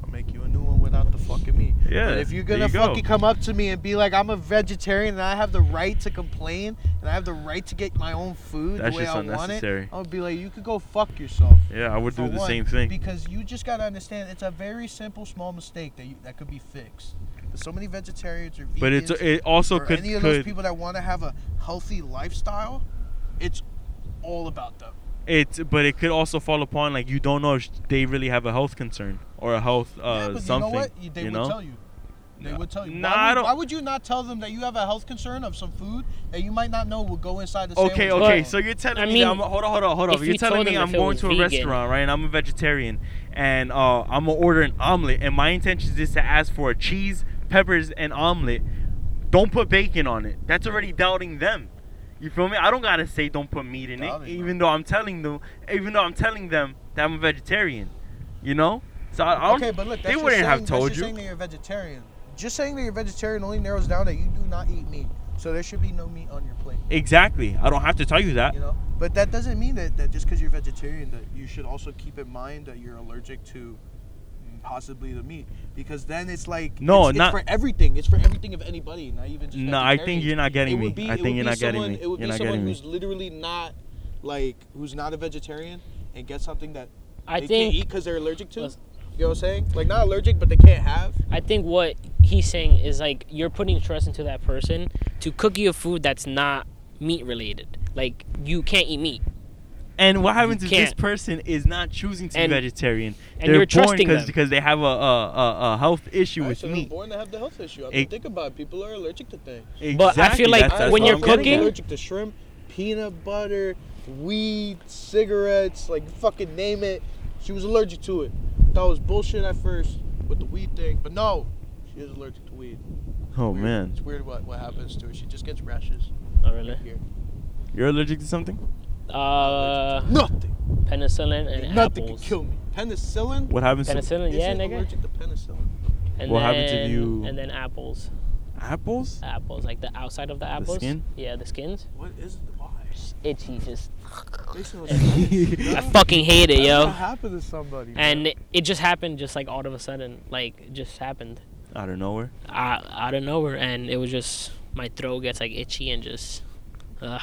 S2: I'll make you a new one without the fucking meat.
S1: yeah.
S2: But if you're
S1: there
S2: gonna
S1: you go.
S2: fucking come up to me and be like, I'm a vegetarian and I have the right to complain and I have the right to get my own food
S1: That's
S2: the way
S1: just
S2: I want it,
S1: unnecessary.
S2: I'm gonna be like, you could go fuck yourself.
S1: yeah, I would
S2: for
S1: do the
S2: one,
S1: same thing.
S2: Because you just gotta understand, it's a very simple, small mistake that you, that could be fixed. But so many vegetarians or vegans,
S1: But it's it also
S2: or
S1: could
S2: any of those
S1: could
S2: people that want to have a healthy lifestyle, it's all about them.
S1: it's but it could also fall upon like you don't know if they really have a health concern or a health
S2: yeah,
S1: uh
S2: but
S1: something.
S2: you know what? You- They
S1: you
S2: would
S1: know?
S2: tell you. They
S1: Nah.
S2: would tell you.
S1: Nah,
S2: why,
S1: I
S2: would,
S1: don't-
S2: why would you not tell them that you have a health concern of some food that you might not know will go inside the
S1: Okay,
S2: sandwich?
S1: okay.
S3: But-
S1: So you're telling
S3: I
S1: me that
S3: mean,
S1: I'm hold on, hold on, hold on.
S3: if
S1: You're
S3: you
S1: telling
S3: told
S1: me
S3: them
S1: I'm
S3: if it
S1: going
S3: was
S1: to a
S3: vegan.
S1: restaurant, right? And I'm a vegetarian, and uh, I'm gonna order an omelet, and my intention is to ask for a cheese, peppers, and omelet. Don't put bacon on it. That's already doubting them. You feel me? I don't gotta say don't put meat in it,
S2: Doubting them.
S1: even though I'm telling them, even though I'm telling them that I'm a vegetarian. You know? So I, I don't.
S2: okay, but look, that's
S1: they
S2: just
S1: wouldn't
S2: saying,
S1: have
S2: that's
S1: told
S2: just
S1: you.
S2: saying that you're vegetarian. Just saying that you're vegetarian only narrows down that you do not eat meat. So there should be no meat on your plate.
S1: Exactly. I don't have to tell you that.
S2: You know, but that doesn't mean that, that just because you're vegetarian that you should also keep in mind that you're allergic to possibly the meat because then it's like
S1: No,
S2: it's, it's
S1: not-
S2: for everything. It's for everything of anybody, not even just.
S1: No, I think
S2: vegetarians.
S1: you're not
S2: It
S1: getting me.
S2: would be-
S1: I
S2: it
S1: think
S2: would
S1: you're
S2: be
S1: not getting
S2: someone-
S1: me.
S2: It would
S1: You're
S2: be
S1: not
S2: someone
S1: getting me.
S2: who's literally not like who's not a vegetarian and gets something that
S3: I
S2: they
S3: think
S2: can't eat because they're allergic to.
S3: Listen.
S2: You know what I'm saying? Like not allergic, but they can't have.
S3: I think what he's saying is like you're putting trust into that person to cook you a food that's not meat related. Like you can't eat meat,
S1: And what happens
S3: You
S1: if this
S3: can't.
S1: person is not choosing to
S3: And-
S1: be vegetarian?
S3: and
S1: They're
S3: you're
S1: born
S3: trusting
S1: because
S3: them.
S1: because they have a a, a, a health issue
S2: Alright,
S1: with
S2: so they're
S1: meat.
S2: born to have the health issue. I mean,
S1: It-
S2: think about it. People are allergic to things.
S3: But I feel like when
S1: what
S3: you're
S1: I'm getting
S3: cooking-
S1: at.
S2: allergic to shrimp, peanut butter, weed, cigarettes, like fucking name it. She was allergic to it. Thought it was bullshit at first with the weed thing, but no, she is allergic to weed.
S1: Oh
S2: Weird.
S1: man,
S2: it's weird what, what happens to her. She just gets rashes.
S3: Oh really?
S2: Here,
S1: you're allergic to something?
S3: Uh,
S2: nothing,
S3: penicillin and
S2: nothing
S3: apples.
S2: can kill me. Penicillin.
S1: What happens to
S3: Penicillin, yeah,
S2: Isn't
S3: nigga.
S2: Allergic to penicillin.
S3: And
S1: What
S3: then,
S1: happens if you-
S3: And then apples,
S1: apples?
S3: apples, like the outside of the apples.
S1: skin?
S3: Yeah, the skins.
S2: What is the why?
S3: It's itchy, just.
S2: Makes no sense.
S3: I fucking hate it, yo.
S2: What happened to somebody? bro.
S3: And it, it just happened, just like all of a sudden, like it just happened
S1: Out of nowhere.
S3: out, out of nowhere, and it was just my throat gets like itchy and just, ugh.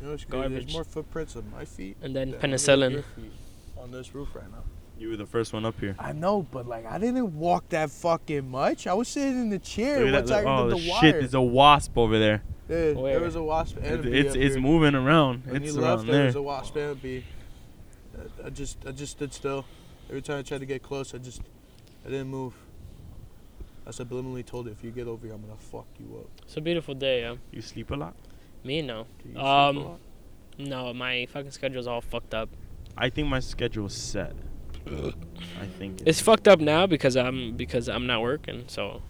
S2: You know what's crazy? There's
S3: Garbage.
S2: more footprints on my feet
S3: And then
S2: than there is
S3: penicillin.
S2: your feet on this roof right now.
S1: You were the first one up here.
S2: I know, but like I didn't walk that fucking much. I was sitting in the chair
S1: Look at that,
S2: once I
S1: look- oh
S2: did the
S1: shit!
S2: wire.
S1: There's a wasp over there.
S2: Yeah,
S3: Where?
S2: there was a wasp and a bee
S1: it's
S2: up
S1: it's
S2: here.
S1: moving around.
S2: When
S1: it's
S2: you
S1: around
S2: left,
S1: there.
S2: there was a wasp and a bee. I- I just I just stood still. Every time I tried to get close, I just I didn't move. I subliminally told it, if you get over here, I'm gonna fuck you up.
S3: It's a beautiful day, yo.
S1: You sleep a lot.
S3: Me no,
S2: Do you
S3: Um,
S2: sleep a lot?
S3: no. My fucking schedule's all fucked up.
S1: I think my schedule's set. I think
S3: It's fucked up now because I'm because I'm not working, so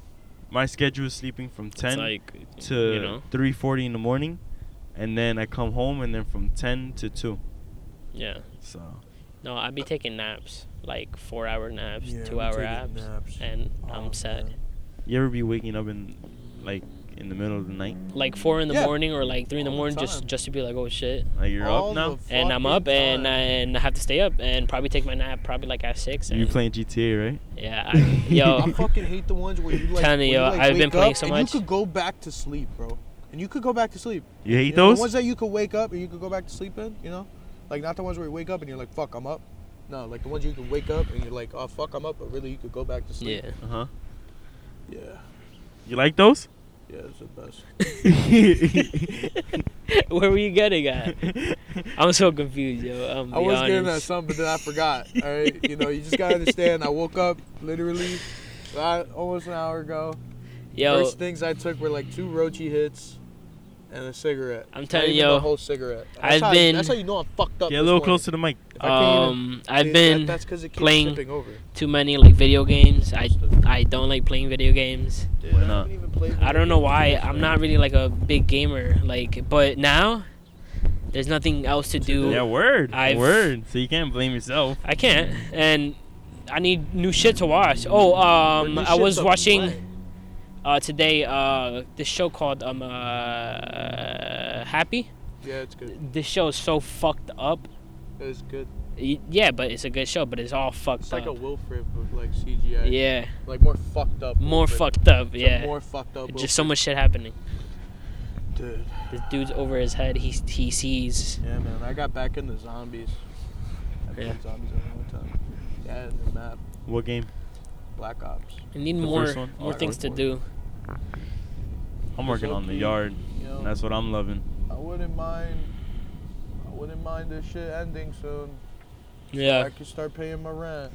S1: my schedule is sleeping from
S3: it's
S1: ten
S3: like
S1: to
S3: you know
S1: 3:40 in the morning, and then I come home, and then from 10 to 2.
S3: yeah.
S1: So
S3: No, I'd be taking naps, like four hour naps,
S2: Yeah,
S3: two
S2: I'm
S3: hour
S2: taking
S3: naps,
S2: naps.
S3: and
S2: Oh,
S3: I'm set.
S2: man.
S1: you ever be waking up in like in the middle of the night?
S3: like four in the
S2: Yeah.
S3: morning or like three in the
S2: All the
S3: morning, just
S2: time.
S3: just to be like, oh shit,
S1: Like you're
S2: All
S1: up now?
S2: the
S3: and I'm up
S2: fucking
S3: and I,
S2: time.
S3: and I have to stay up and probably take my nap probably like at six.
S1: you
S3: and-
S1: playing GTA, right?
S3: Yeah, I, yo,
S2: Oh, I fucking hate the ones where you like.
S3: Telling
S2: when
S3: you,
S2: you, like,
S3: I've been
S2: wake
S3: playing
S2: up
S3: so
S2: and
S3: much.
S2: You could go back to sleep, bro. And you could go back to sleep.
S1: You hate
S2: You know,
S1: those?
S2: The ones that you could wake up and you could go back to sleep in. You know, like not the ones where you wake up and you're like, "Fuck, I'm up." No, like the ones you could wake up and you're like, "Oh fuck, I'm up," but really you could go back to
S3: yeah.
S2: sleep.
S1: Uh
S3: Uh-huh.
S1: huh.
S2: Yeah,
S1: You like those?
S2: yeah, it's the best.
S3: Where were you getting at? I'm so confused, yo. I'm
S2: I was
S3: honest.
S2: getting at something, but then I forgot. All right, you know, you just gotta understand. I woke up literally about- almost an hour ago.
S3: Yo,
S2: First things I took were like two Rochi hits and a cigarette.
S3: I'm
S2: Not
S3: telling
S2: even
S3: yo,
S2: a whole cigarette. That's
S3: I've
S2: how you-
S3: been-
S2: that's how you know I'm fucked up.
S1: Get a
S2: this
S1: little
S2: morning.
S1: close to the mic.
S2: If I can't even-
S3: um, I've
S2: See,
S3: been
S2: That, that's because it keeps
S3: playing-
S2: flipping over.
S3: too many like video games. I I don't like playing video games.
S2: Dude,
S1: Why
S2: I
S1: not?
S2: haven't even played
S3: I don't
S2: video
S3: know why.
S2: games,
S3: I'm
S2: man.
S3: not really like a big gamer. Like, but now there's nothing else to do.
S1: Yeah, word.
S3: I've-
S1: Word. So you can't blame yourself.
S3: I can't, and I need new shit to watch. Oh, um,
S2: But this
S3: I was
S2: shit's a play.
S3: watching uh, today uh, this show called um, uh, Happy.
S2: Yeah, it's good.
S3: This show is so fucked up.
S2: It's good.
S3: Y- Yeah, but it's a good show, but it's all fucked
S2: It's like a
S3: up.
S2: Wilfred with like
S3: Uh,
S2: CGI.
S3: yeah,
S2: Like more fucked up.
S3: more
S2: Wilfred.
S3: fucked up.
S2: It's a
S3: Yeah,
S2: More fucked up.
S3: just so much shit happening.
S2: Wilfred. Dude.
S3: This dude's over his head. He he sees.
S2: Yeah, man. I got back into zombies. I've
S3: Yeah.
S2: played zombies a long time. Yeah, and the map,
S1: What game?
S2: Black Ops.
S3: I need
S1: The
S3: more
S1: first one?
S3: more
S1: Oh,
S3: things to
S2: okay.
S3: do.
S1: I'm working on the
S2: Zombie,
S1: yard.
S2: You know,
S1: That's what I'm loving.
S2: I wouldn't mind. I wouldn't mind this shit ending soon.
S3: Yeah,
S2: I could start paying my rent.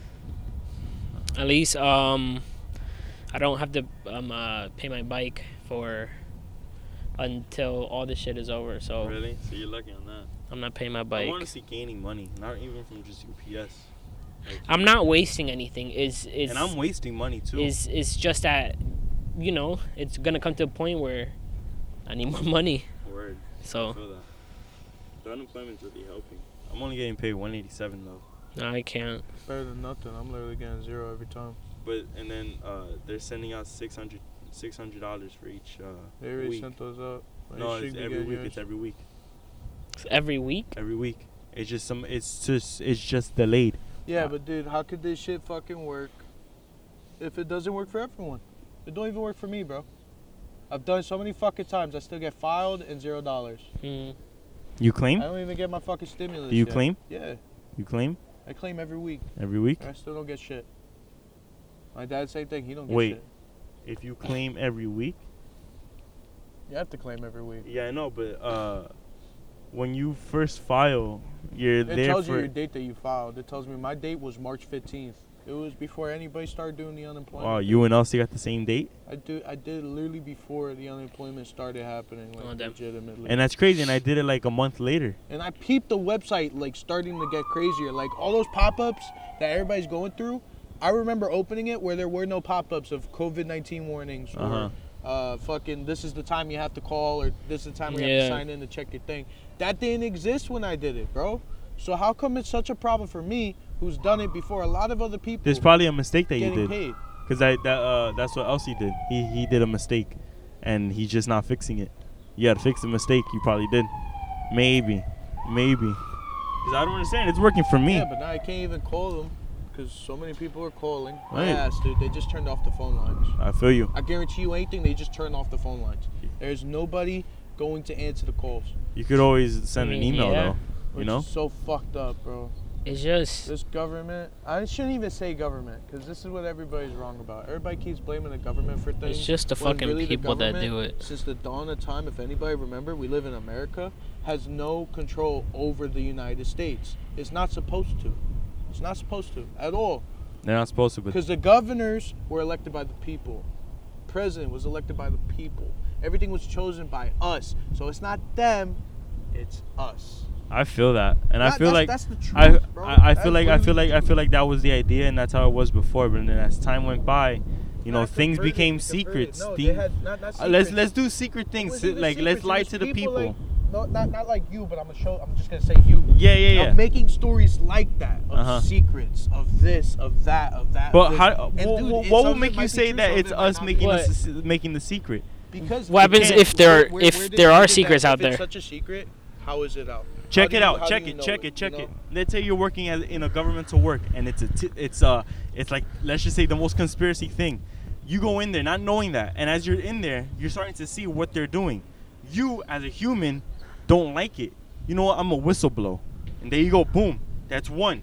S3: at least um, I don't have to um uh, pay my bike for until all this shit is over. So
S1: Really? So you're lucky on that.
S3: I'm not paying my
S1: I
S3: Oh. bike.
S1: want to see gaining money, not even from just UPS.
S3: I'm not wasting anything. Is is
S1: and I'm wasting money too.
S3: is is just that you know it's gonna come to a point where I need more money.
S1: Word. I
S3: So
S1: feel that. The unemployment's really helping. Oh. I'm only getting paid 187 though.
S3: no, I can't.
S2: Better than nothing. I'm literally getting zero every time.
S1: But and then uh, they're sending out 600 600 dollars for each uh,
S2: They already
S1: week.
S2: sent those out. Like,
S1: No,
S2: you
S1: it's
S2: should be
S1: every
S2: getting
S1: week.
S2: yours.
S1: It's every week.
S3: Every week.
S1: Every week. It's just some. It's just. It's just delayed.
S2: yeah, but dude, how could this shit fucking work if it doesn't work for everyone? It don't even work for me, bro. I've done so many fucking times. I still get filed and zero dollars.
S3: Mm.
S1: You
S2: I
S1: claim?
S2: don't even get my fucking stimulus.
S1: Do you
S2: yet.
S1: claim?
S2: Yeah,
S1: You claim
S2: I claim every week.
S1: every week.
S2: and I still don't get shit. My dad, same thing. He don't get
S1: Wait.
S2: shit.
S1: If you claim every week.
S2: You have to claim every week.
S1: Yeah, I know, but uh, when you first file, you're
S2: It
S1: there
S2: tells you
S1: for.
S2: your date that you filed. It tells me my date was March 15th. It was before anybody started doing the unemployment.
S1: oh, you and Elsie got the same date,
S2: I do. I did it literally before the unemployment started happening, like
S3: Oh, damn.
S2: legitimately.
S1: and that's crazy. And I did it like a month later.
S2: And I peeped the website like starting to get crazier. Like all those pop-ups that everybody's going through. I remember opening it where there were no pop-ups of COVID-19 warnings
S1: Uh-huh.
S2: or uh, fucking this is the time you have to call or this is the time you have
S3: Yeah.
S2: to sign in to check your thing. That didn't exist when I did it, bro. So how come it's such a problem for me, who's done it before a lot of other people?
S1: There's probably a mistake that you
S2: getting
S1: did,
S2: paid.
S1: cause I that uh, that's what Elsie did. He he did a mistake, and he's just not fixing it. You gotta fix the mistake you probably did. Maybe, maybe. Cause I don't understand. It's working for me.
S2: Yeah, but now I can't even call them because so many people are calling. My
S1: Right.
S2: ass, dude, they just turned off the phone lines.
S1: I feel you.
S2: I guarantee you anything, they just turn off the phone lines. There's nobody going to answer the calls.
S1: You could always send an
S3: mean,
S1: email
S3: yeah.
S1: though.
S2: Which
S1: You know.
S2: is so fucked up, bro.
S3: It's just
S2: This government, I shouldn't even say government because this is what everybody's wrong about. Everybody keeps blaming the government for things.
S3: it's just the
S2: when
S3: fucking
S2: really the
S3: people that
S2: government,
S3: do it.
S2: Since the dawn of time, if anybody remember, we live in America, has no control over the United States. It's not supposed to. It's not supposed to at all.
S1: They're not supposed to, but
S2: Because the governors were elected by the people. President was elected by the people. Everything was chosen by us. So it's not them, it's us.
S1: I feel that, and I
S2: That-
S1: feel
S2: that's,
S1: like
S2: that's the truth,
S1: I,
S2: bro.
S1: I, I
S2: That's
S1: feel like I
S2: literally
S1: feel like
S2: the
S1: I feel
S2: truth.
S1: like that was the idea and that's how it was before. But then as time went by, you know,
S2: Not
S1: things
S2: converted,
S1: became
S2: converted.
S1: secrets.
S2: No, they
S1: Thi-
S2: had- not- not
S1: Uh, let's
S2: secrets.
S1: let's do secret
S2: It
S1: things.
S2: wasn't even
S1: Like let's
S2: secrets, it
S1: lie
S2: was
S1: to the people.
S2: like- no, not, not like you, but I'm gonna show. I'm just gonna say you.
S1: yeah, yeah,
S2: Of
S1: yeah.
S2: making stories like that of
S1: Uh-huh.
S2: secrets of this, of that, of that. of
S1: But
S2: this.
S1: how?
S2: And
S1: wha-
S2: dude,
S1: wha-
S2: it-
S1: what
S2: some
S1: would
S2: of it
S1: make
S2: might
S1: you
S2: be
S1: say
S2: true,
S1: that
S2: some of
S1: it's
S2: it might
S1: us
S2: not be.
S1: making
S3: But-
S1: the, s- making the secret?
S2: Because
S3: What
S2: we
S3: happens
S2: can't-
S3: if there- if
S2: did
S3: there
S2: you
S3: are
S2: get that?
S3: secrets
S2: If
S3: out
S2: it's
S3: there?
S2: such a secret. How is it out?
S1: Check
S2: do
S1: it
S2: you-
S1: out.
S2: how do
S1: Check
S2: you
S1: it.
S2: know
S1: Check
S2: it,
S1: it. Check
S2: you
S1: it.
S2: know?
S1: Let's say you're working as, in a governmental work, and it's a t- it's uh it's like let's just say the most conspiracy thing. You go in there not knowing that, and as you're in there, you're starting to see what they're doing. You as a human don't like it. You know what? I'm a whistleblow, and there you go. Boom. That's one.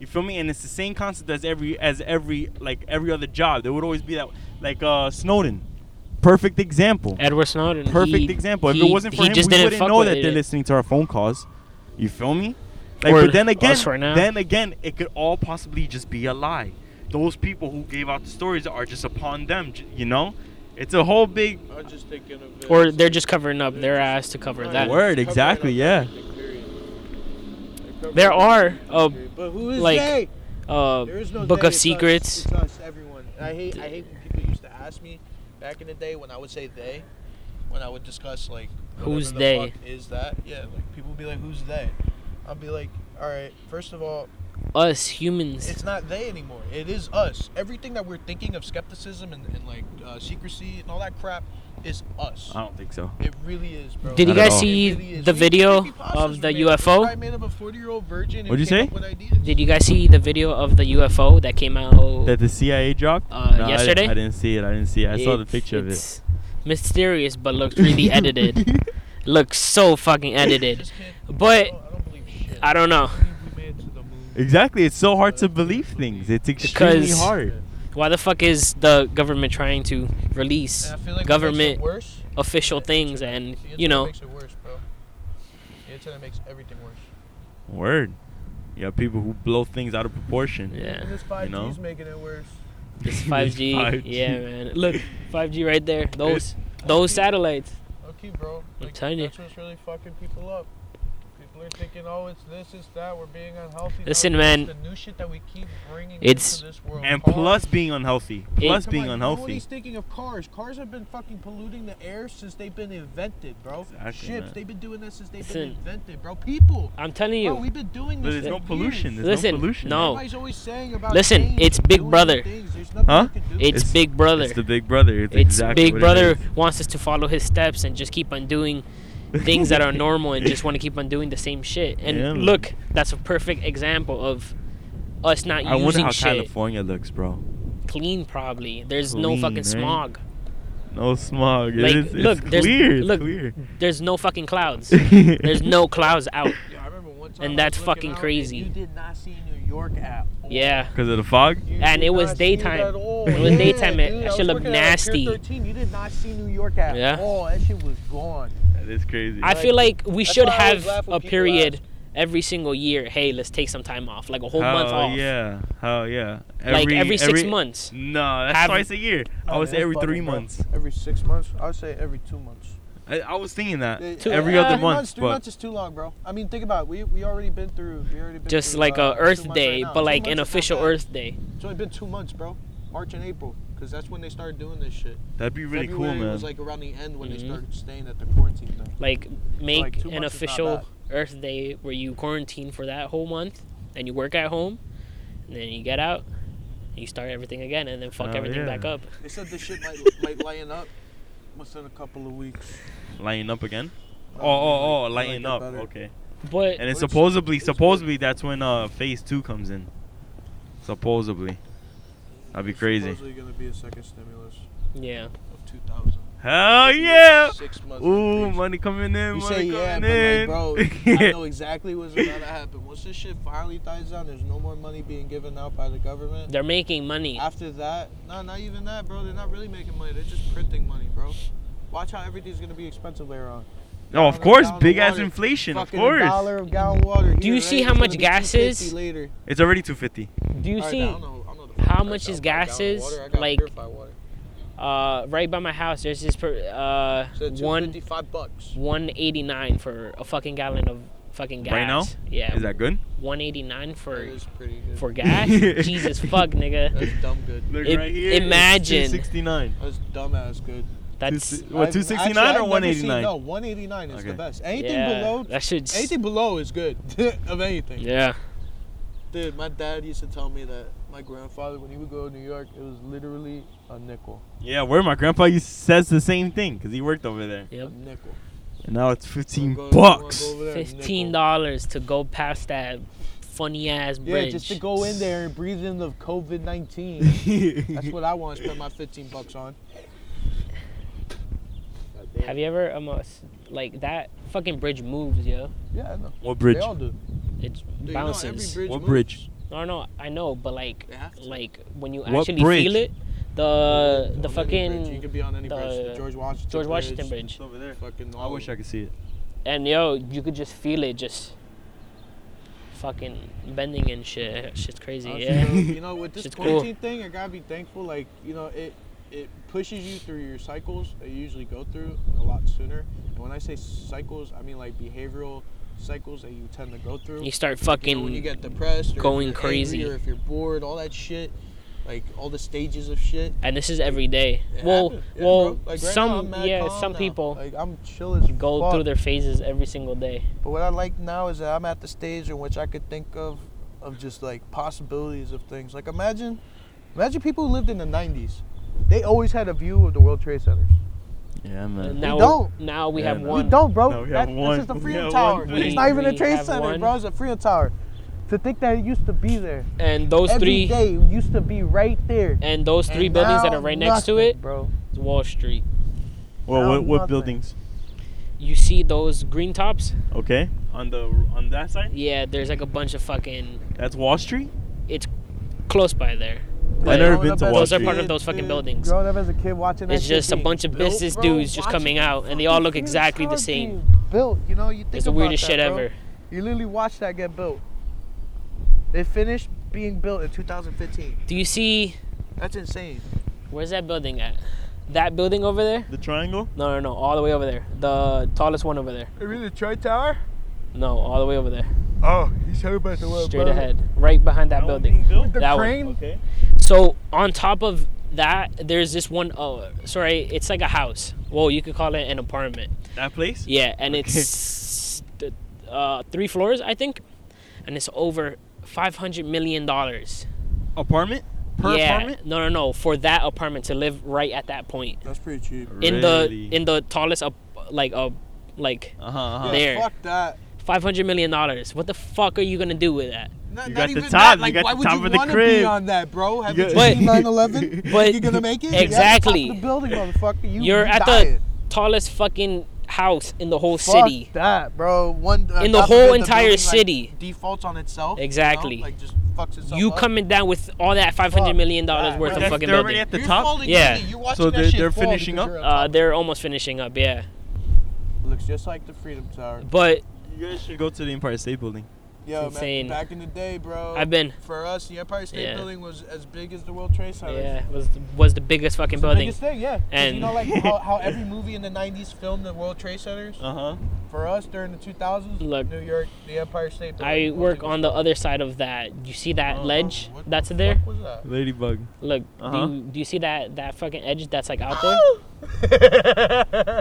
S1: You feel me? And it's the same concept as every as every like every other job. There would always be that like uh Snowden. Perfect example
S3: Edward Snowden.
S1: perfect
S3: he-
S1: example. If
S3: he-
S1: it wasn't for
S3: he
S1: him,
S3: just
S1: we
S3: didn't
S1: wouldn't
S3: fuck
S1: know
S3: with
S1: that
S3: it.
S1: they're listening to our phone calls. You feel me? Like,
S3: Or
S1: but then again,
S3: us right now.
S1: then again, it could all possibly just be a lie. Those people who gave out the stories are just upon them. j- You know, it's a whole big
S2: I'm just thinking of it.
S3: Or they're just covering up their ass to cover
S2: Right.
S3: that.
S1: Word, exactly, yeah.
S3: There are a
S2: But who is
S3: like,
S2: they?
S3: uh,
S2: There is no
S3: book
S2: they,
S3: of
S2: it's us-
S3: secrets.
S2: it's us, everyone. And I hate, I hate when people used to ask me back in the day when I would say they, when I would discuss like whatever
S3: Who's
S2: the
S3: they?
S2: fuck is that? Yeah, like people would be like, who's they? I'll be like, all right. First of all,
S3: Us humans.
S2: it's not they anymore. It is us. Everything that we're thinking of skepticism and, and like uh, secrecy and all that crap is us.
S1: I don't think so.
S2: It really is, bro.
S3: Did
S1: you guys
S2: It
S3: see
S2: is.
S3: the
S2: We-
S3: video
S2: creepypastas
S3: of
S2: were
S3: the
S2: made up.
S3: UFO?
S2: This guy made up a 40-year-old virgin who
S1: What'd you
S2: came
S1: say?
S2: up with ideas.
S3: Did you guys see the video of the UFO that came out?
S1: That the CIA dropped
S3: Uh,
S1: I di-
S3: yesterday?
S1: I, didn't see it. I didn't see it. I saw the
S3: It's-
S1: picture of it.
S3: it's Mysterious, but looks really edited. Looks so fucking edited.
S2: This kid-
S3: But
S2: I don't- I don't believe shit.
S3: I don't know.
S2: I believe we made it to the moon.
S1: exactly. It's so hard to believe things. It's extremely
S3: Because-
S1: hard.
S3: Why the fuck is the government trying to
S2: And
S3: release
S2: I feel like
S3: government
S2: what makes it worse.
S3: official
S2: the
S3: things
S2: internet.
S3: and
S2: The
S3: you
S2: internet
S3: know
S2: makes it worse, bro. The internet makes everything worse.
S1: Word. You have people who blow things out of proportion.
S3: yeah
S2: And this 5G's
S1: know?
S2: making it worse.
S3: this 5G,
S1: 5G.
S3: yeah man look 5G right there those those satellites
S2: Okay, bro.
S3: I'm
S2: Like,
S3: telling you.
S2: that's what's really fucking people up. People are thinking, oh, it's this, it's that. We're being unhealthy. No,
S3: Listen,
S2: it's
S3: man.
S2: The new shit that we keep bringing
S3: It's-
S2: into this world.
S1: And
S2: Cars.
S1: plus being unhealthy. Plus
S2: Come
S1: being
S2: on, you know what
S1: unhealthy.
S2: he's thinking of cars. Cars have been fucking polluting the air since they've been invented, bro.
S1: Exactly,
S2: Ships,
S1: man.
S2: they've been doing this since they've
S3: Listen.
S2: been invented, bro. People,
S3: I'm telling
S2: bro,
S3: you
S2: we've been doing
S1: But
S2: this.
S1: there's
S2: for
S1: no pollution.
S2: years.
S1: There's
S3: Listen,
S1: no pollution.
S3: no.
S2: Everybody's always saying about
S3: Listen,
S2: change,
S3: it's Big
S2: doing new
S3: Brother.
S2: things. There's nothing
S1: Huh?
S2: you can do.
S3: it's Big Brother
S1: It's the Big Brother. It's,
S3: it's
S1: exactly
S3: Big
S1: what it
S3: Brother
S1: is.
S3: wants us to follow his steps and just keep on doing things that are normal and just want to keep on doing the same shit. And
S1: Yeah, man.
S3: look, that's a perfect example of us not
S1: I wonder
S3: using
S1: how
S3: shit
S1: California looks, bro.
S3: clean. Probably there's no
S1: Clean,
S3: fucking
S1: right?
S3: smog.
S1: No smog.
S3: Like,
S1: it is,
S3: look,
S1: it's
S3: there's-
S1: clear. It's
S3: look,
S1: clear.
S3: There's no fucking clouds. there's no clouds out.
S2: Yeah, I remember one time
S3: And
S2: I was
S3: that's
S2: looking
S3: fucking
S2: out and
S3: crazy.
S2: you did not see New York at all.
S3: Yeah.
S1: Because of the fog?
S2: You
S3: And
S2: did
S3: it was
S2: not see
S3: daytime.
S2: at all.
S3: It was
S2: Yeah,
S3: daytime, it-
S2: dude,
S3: that
S2: I
S3: shit
S2: was
S3: looked
S2: working out at Pier
S3: nasty.
S2: 13, You did not see New York at
S3: Yeah.
S2: all. That shit was gone.
S1: That is crazy.
S3: I feel like we
S2: That's
S3: should
S2: why I always
S3: have
S2: laugh when
S3: a
S2: people
S3: period
S2: ask.
S3: every single year. Hey, let's take some time off, like a whole
S1: Hell
S3: month off.
S1: yeah. Hell yeah.
S3: Like every six months.
S1: No, that's
S3: Have-
S1: twice a year. I would
S2: Yeah,
S1: say
S2: Oh, that's
S1: every
S2: fucking
S1: three
S2: rough.
S1: months.
S2: Every six months? I would say every two months.
S1: I, I was thinking that.
S2: It-
S1: every
S2: uh,
S1: other
S2: three
S1: month.
S2: Months, three
S1: but
S2: months is too long, bro. I mean, think about it. We we already been through. We already been
S3: Just
S2: through,
S3: like
S2: uh,
S3: a
S2: two
S3: Earth
S2: months
S3: Day,
S2: right now.
S3: but
S2: Two
S3: like
S2: months
S3: an
S2: is not
S3: official
S2: bad.
S3: Earth Day.
S2: It's only been two months, bro. March and April, because that's when they started doing this shit.
S1: that'd be really
S2: February
S1: cool, man.
S2: was like around the end when
S3: Mhm.
S2: they started staying at the quarantine though.
S3: Like make
S2: two
S3: an
S2: months is not
S3: official
S2: bad.
S3: Earth Day where you quarantine for that whole month and you work at home and then you get out and you start everything again and then fuck
S1: Oh,
S3: everything
S1: yeah.
S3: back up.
S2: They said this shit might might line up within a couple of weeks.
S1: lighting up again? Oh,
S2: Uh,
S1: oh, oh,
S2: I like
S1: lighting
S2: that
S1: up.
S2: better.
S1: Okay.
S3: But
S1: And it's
S2: Which-
S1: supposedly,
S2: which good.
S1: supposedly, that's when uh phase two comes in. Supposedly. That'd be
S2: It's
S1: crazy.
S2: Supposedly gonna be a second stimulus
S3: yeah.
S2: of 2,000.
S1: Hell Oh, yeah!
S2: Six months.
S1: Ooh,
S2: increase.
S1: money coming in,
S2: You
S1: money
S2: say yeah,
S1: coming
S2: but like,
S1: in.
S2: bro, I know exactly what's about to happen. Once this shit finally dies down, there's no more money being given out by the government.
S3: They're making money.
S2: After that, no, not even that, bro. They're not really making money. They're just printing money, bro. Watch how everything's gonna be expensive later on.
S1: No,
S2: Dollar
S1: Oh, of course,
S2: gallon of
S1: big ass
S2: water.
S1: inflation. Of
S2: Fucking a
S1: course,
S2: dollar of gallon water.
S3: Do you
S2: here,
S3: see
S2: right?
S3: how
S2: It's
S3: much
S2: gonna be
S3: gas is?
S2: $2.50 Later.
S1: it's already 250.
S3: Do you
S2: Alright,
S3: see
S2: I don't know- I don't know the
S3: how
S2: fucking
S3: much
S2: price
S3: is
S2: of a gallon of
S3: gas is?
S2: water. I got
S3: Like-
S2: purified water.
S3: uh right by my house there's this per, uh
S2: So it's
S3: one
S2: 55 bucks.
S3: 189 for a fucking gallon of fucking gas.
S1: Right now?
S3: Yeah.
S1: Is that good?
S3: 189 for
S2: That is pretty good.
S3: for gas? Jesus fuck, nigga.
S2: That's dumb good.
S1: Look
S3: Im- right here, it's imagine.
S1: 269.
S2: That's dumbass good.
S3: That's
S1: What
S2: I've-
S1: 269
S2: actually, I've
S1: or
S2: never
S1: 189?
S2: Seen, no, 189 is the
S1: Okay.
S2: best. Anything
S3: yeah,
S2: below,
S3: That shit's
S2: anything below is good. of anything.
S3: Yeah.
S2: Dude, my dad used to tell me that my grandfather when he would go to New York, it was literally a nickel.
S1: Yeah, where my grandpa used says the same thing because he worked over there.
S2: A
S3: Yep.
S2: nickel.
S1: And now it's 15
S2: Go- go
S1: bucks.
S2: over there, nickel.
S3: Fifteen dollars to go past that funny ass
S2: Yeah,
S3: bridge.
S2: just to go in there and breathe in the COVID nineteen. That's
S1: That's
S2: what I want to spend my 15 bucks on.
S3: Have you ever almost like that fucking bridge moves, yo?
S2: Yeah, I know.
S1: What bridge?
S2: They all do.
S3: It
S2: Dude, you know every
S3: bounces.
S2: bridge
S1: What
S2: moves.
S1: bridge?
S3: No, no, I know, but like,
S2: They have to.
S3: like when you
S1: What
S3: actually
S1: bridge?
S3: feel it, the
S2: On
S3: the
S2: any bridge. You
S3: fucking
S2: could be on any bridge. The
S3: the
S2: George Washington.
S3: George Washington bridge,
S1: over there.
S2: Fucking
S1: I wish I could see it.
S3: and yo, you could just feel it, just fucking bending and shit. Shit's crazy,
S2: Yeah.
S3: yeah.
S2: You know, with this
S3: Shit's cool.
S2: quarantine thing, I gotta be thankful. Like, you know, it it pushes you through your cycles that you usually go through a lot sooner. And when I say cycles, I mean like behavioral cycles that you tend to go through.
S3: You start
S2: You know, when
S3: fucking
S2: you get depressed, or if
S3: going
S2: you're angry,
S3: crazy.
S2: or if you're bored, all that shit, like all the stages of shit.
S3: and this is every day.
S2: It
S3: Well,
S2: happens. Yeah,
S3: well,
S2: bro. Like, right now, I'm
S3: some
S2: mad
S3: yeah,
S2: calm
S3: some
S2: now.
S3: people
S2: Like I'm chill as
S3: go
S2: fuck.
S3: through their phases every single day.
S2: But what I like now is that I'm at the stage in which I could think of, of just like possibilities of things. Like imagine, imagine people who lived in the '90s. They always had a view of the World Trade Centers.
S1: Yeah,
S3: And
S1: man.
S3: Now
S2: don't.
S3: Now we
S1: Yeah,
S3: have
S1: man.
S2: We
S3: one.
S2: don't, bro.
S1: No, we
S2: That-
S1: have one.
S2: This is the
S1: We
S2: Freedom
S1: have
S2: Tower.
S1: one
S2: It's
S1: thing.
S2: not even a
S3: We
S2: Trade
S3: have
S2: Center,
S3: one.
S2: bro. It's a Freedom Tower. To think that it used to be there.
S3: And those
S2: Every
S3: three
S2: day it used to be right there.
S3: and those three
S2: And
S3: buildings that
S2: now
S3: are right next to
S2: nothing,
S3: it,
S2: bro.
S3: it's Wall Street.
S1: Well,
S2: now
S1: what, what
S2: nothing.
S1: buildings?
S3: You see those green tops?
S1: Okay. On the on that side?
S3: Yeah, there's like a bunch of fucking
S1: That's Wall Street.
S3: close by there.
S1: I never
S2: Growing
S1: been
S2: up
S1: to
S2: as a
S1: Wall
S3: Those are part
S1: Street.
S3: of those fucking
S2: dude,
S3: buildings.
S2: Growing up as a kid watching that
S3: It's
S2: shit
S3: just a
S2: being
S3: bunch of
S2: built,
S3: business
S2: bro,
S3: dudes just
S2: watching
S3: coming
S2: the
S3: out, and they all
S2: fucking
S3: look
S2: Freedom
S3: exactly the
S2: Tower
S3: same.
S2: being Built, you know, you think
S3: It's the
S2: about
S3: weirdest
S2: that,
S3: shit
S2: bro.
S3: ever.
S2: You literally watched that get built. It finished being built in 2015.
S3: Do you see
S2: That's insane.
S3: where's that building at? That building over there?
S1: The triangle.
S3: No, no, no, all the way over there. The tallest one over there.
S2: Really, the Troy Tower?
S3: No, all the way over there.
S2: Oh, he's talking about the one
S3: Straight
S2: above
S3: ahead, right behind that
S1: one
S3: building.
S1: being built?
S2: it. The
S3: That one.
S2: crane?
S1: Okay.
S3: So on top of that, there's this one oh sorry, it's like a house. Well, you could call it an apartment.
S1: That place.
S3: Yeah, and
S1: Okay.
S3: it's th- uh, three floors, I think, and it's over five hundred million dollars.
S1: Apartment. Per
S3: yeah.
S1: apartment.
S3: No, no, no. For that apartment to live right at that point
S2: That's pretty cheap.
S3: in the in the tallest up like uh, like
S1: Uh huh. Uh-huh.
S3: There.
S2: Fuck that.
S3: five hundred million dollars. What the fuck are you gonna do with that?
S2: Not,
S1: You
S2: not
S1: got the
S2: even
S1: top,
S2: That.
S1: you
S2: Like,
S1: got
S2: why
S1: the
S2: would
S1: top
S2: you
S1: of the
S2: wanna be
S1: crib.
S2: on that, bro? Have
S1: You
S2: you
S1: got-
S2: seen 9/11?
S3: But-
S2: you gonna make it?
S3: Exactly.
S2: You're at the top of the building, motherfucker. You,
S3: You're
S2: you
S3: at the
S2: dying.
S3: tallest fucking house in the whole
S2: Fuck
S3: city.
S2: that, bro. One uh,
S3: In the
S2: God
S3: whole
S2: forbid
S3: entire
S2: building, like,
S3: city.
S2: defaults on itself. you know?
S3: Exactly.
S2: Like just fucks itself
S3: You
S2: up.
S3: coming down with all that five hundhundred million dollars
S2: that.
S3: worth
S1: That's-
S3: of fucking
S1: they're already
S3: building?
S1: at the
S2: You're
S1: top.
S2: folding
S3: Yeah.
S2: money. You're watching
S1: So
S2: that
S1: they're-
S2: shit
S1: they're
S2: fall
S1: finishing
S2: because
S1: up?
S2: you're
S3: Uh,
S2: top.
S3: they're almost finishing up, yeah.
S2: Looks just like the Freedom Tower.
S3: But
S1: You guys should go to the Empire State Building.
S2: Yo,
S3: It's
S2: man,
S3: insane.
S2: back in the day, bro.
S3: I've been.
S2: For us, the Empire State
S3: Yeah.
S2: Building was as big as the World Trade Center.
S3: Yeah, was was the biggest fucking
S2: It's the
S3: building.
S2: biggest thing, yeah. 'Cause
S3: And-
S2: you know, like how, how every movie in the '90s filmed the World Trade Centers.
S1: Uh huh.
S2: For us, during the 2000s,
S3: Look,
S2: New York, the Empire State Building.
S3: I work on the other side of that. You see that
S2: Oh,
S3: ledge
S2: what the
S3: that's
S2: fuck
S3: there?
S2: was that?
S1: Ladybug.
S3: Look,
S1: Uh-huh.
S3: do, you, do you see that that fucking edge that's like out there?
S2: Oh!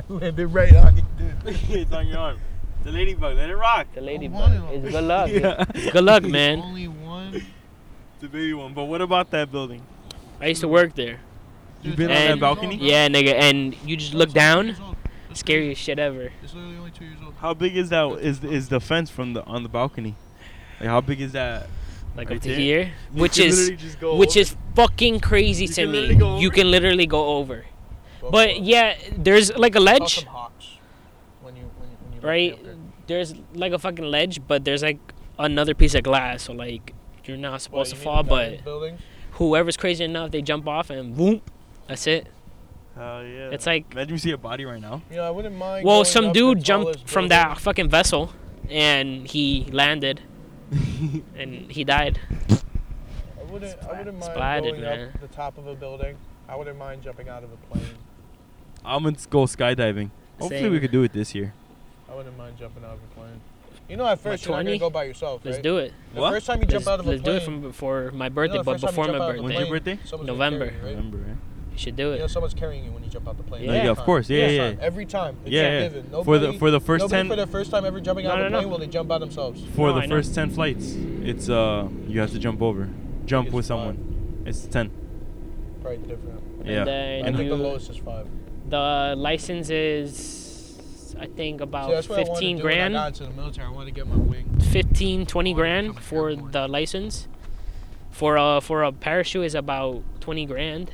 S2: Landed right on you, dude.
S1: it's on your arm. The ladybug. Let it rock.
S3: The ladybug.
S2: wanted
S3: It's
S2: one.
S3: good luck. It's good luck, man.
S2: Only one.
S1: The baby one. But what about that building?
S3: I used to work there.
S1: You
S2: Dude,
S1: been on
S2: it's
S1: that
S2: only
S1: balcony?
S2: two years old, bro.
S3: Yeah, nigga, and you just
S2: It's
S3: look
S2: only two
S3: down.
S2: years old. It's literally-
S3: Scariest shit ever.
S2: It's literally only two years old.
S1: How big is that? Is is the fence from the on the balcony? Like how big is that?
S3: Like
S1: Right
S3: up to
S1: there.
S3: here,
S1: You
S3: which
S1: can
S3: is
S1: literally just go
S3: which
S1: over.
S3: is fucking crazy
S1: You
S3: to
S1: can literally go
S3: me. You
S1: over.
S3: can literally go over.
S2: Go for
S3: But
S2: it.
S3: yeah, there's like a
S2: Saw
S3: ledge,
S2: some hawks when you when you, when you looked
S3: right?
S2: up there.
S3: There's like a fucking ledge, but there's like another piece of glass, so like you're not
S2: Well,
S3: supposed
S2: you
S3: to
S2: need
S3: fall,
S2: the
S3: but
S2: diamond buildings.
S3: whoever's crazy enough, they jump off and whoop. That's it.
S1: Hell yeah.
S3: It's like-
S1: imagine you see a body right now.
S2: You know, I wouldn't mind.
S3: Well,
S2: going
S3: some
S2: up the
S3: dude jumped
S2: tallest
S3: from
S2: building.
S3: that fucking vessel and he landed and he died.
S2: I wouldn't, I wouldn't mind
S3: Splatted,
S2: going
S3: man.
S2: up the top of a building. I wouldn't mind jumping out of a plane.
S1: I'm gonna go skydiving. Hopefully we
S3: Same.
S1: could do it this year.
S2: I wouldn't mind jumping out of a plane. You know, at first you're not
S3: 20?
S2: gonna go by yourself,
S3: Let's
S2: right?
S3: do it.
S2: The
S1: What?
S2: first time you
S3: Let's,
S2: jump out of a
S3: let's do
S2: plane.
S3: it from before my
S2: you know,
S3: birthday,
S2: the
S3: but
S2: first time you
S3: before
S2: jump
S3: my
S2: out of a
S3: birthday.
S1: When's your
S2: plane,
S1: birthday?
S2: someone's gonna
S3: November.
S2: carry you, right?
S1: Remember, right?
S3: You should do
S2: You know,
S3: it.
S2: someone's carrying you when you jump out the plane.
S3: Yeah.
S1: Yeah,
S2: every
S1: of
S2: time.
S1: course. Yeah,
S3: Yeah,
S1: yeah.
S2: Every time. Every time. It's
S1: Yeah, yeah.
S2: a given.
S1: For the-
S2: Nobody-
S1: for the first 10
S2: nobody for the first time ever jumping out
S3: No,
S2: of
S3: no,
S2: a
S3: no.
S2: plane will they jump by themselves.
S1: For
S3: No,
S1: the
S3: I know.
S1: first ten flights, it's uh you have to jump over. jump
S2: it's
S1: with
S2: five.
S1: someone. It's ten.
S2: Probably different.
S1: Yeah.
S3: And then
S2: I think the
S3: you-
S2: lowest is five.
S3: The license is, I think,
S2: See,
S3: about
S2: that's what I wanted to
S3: 15
S2: do
S3: grand.
S2: When I got Oh, into the military, I wanted to get my wing.
S3: 15 20
S2: Or
S3: grand
S2: become a
S3: for
S2: airborne.
S3: the license for a for a parachute is about 20 grand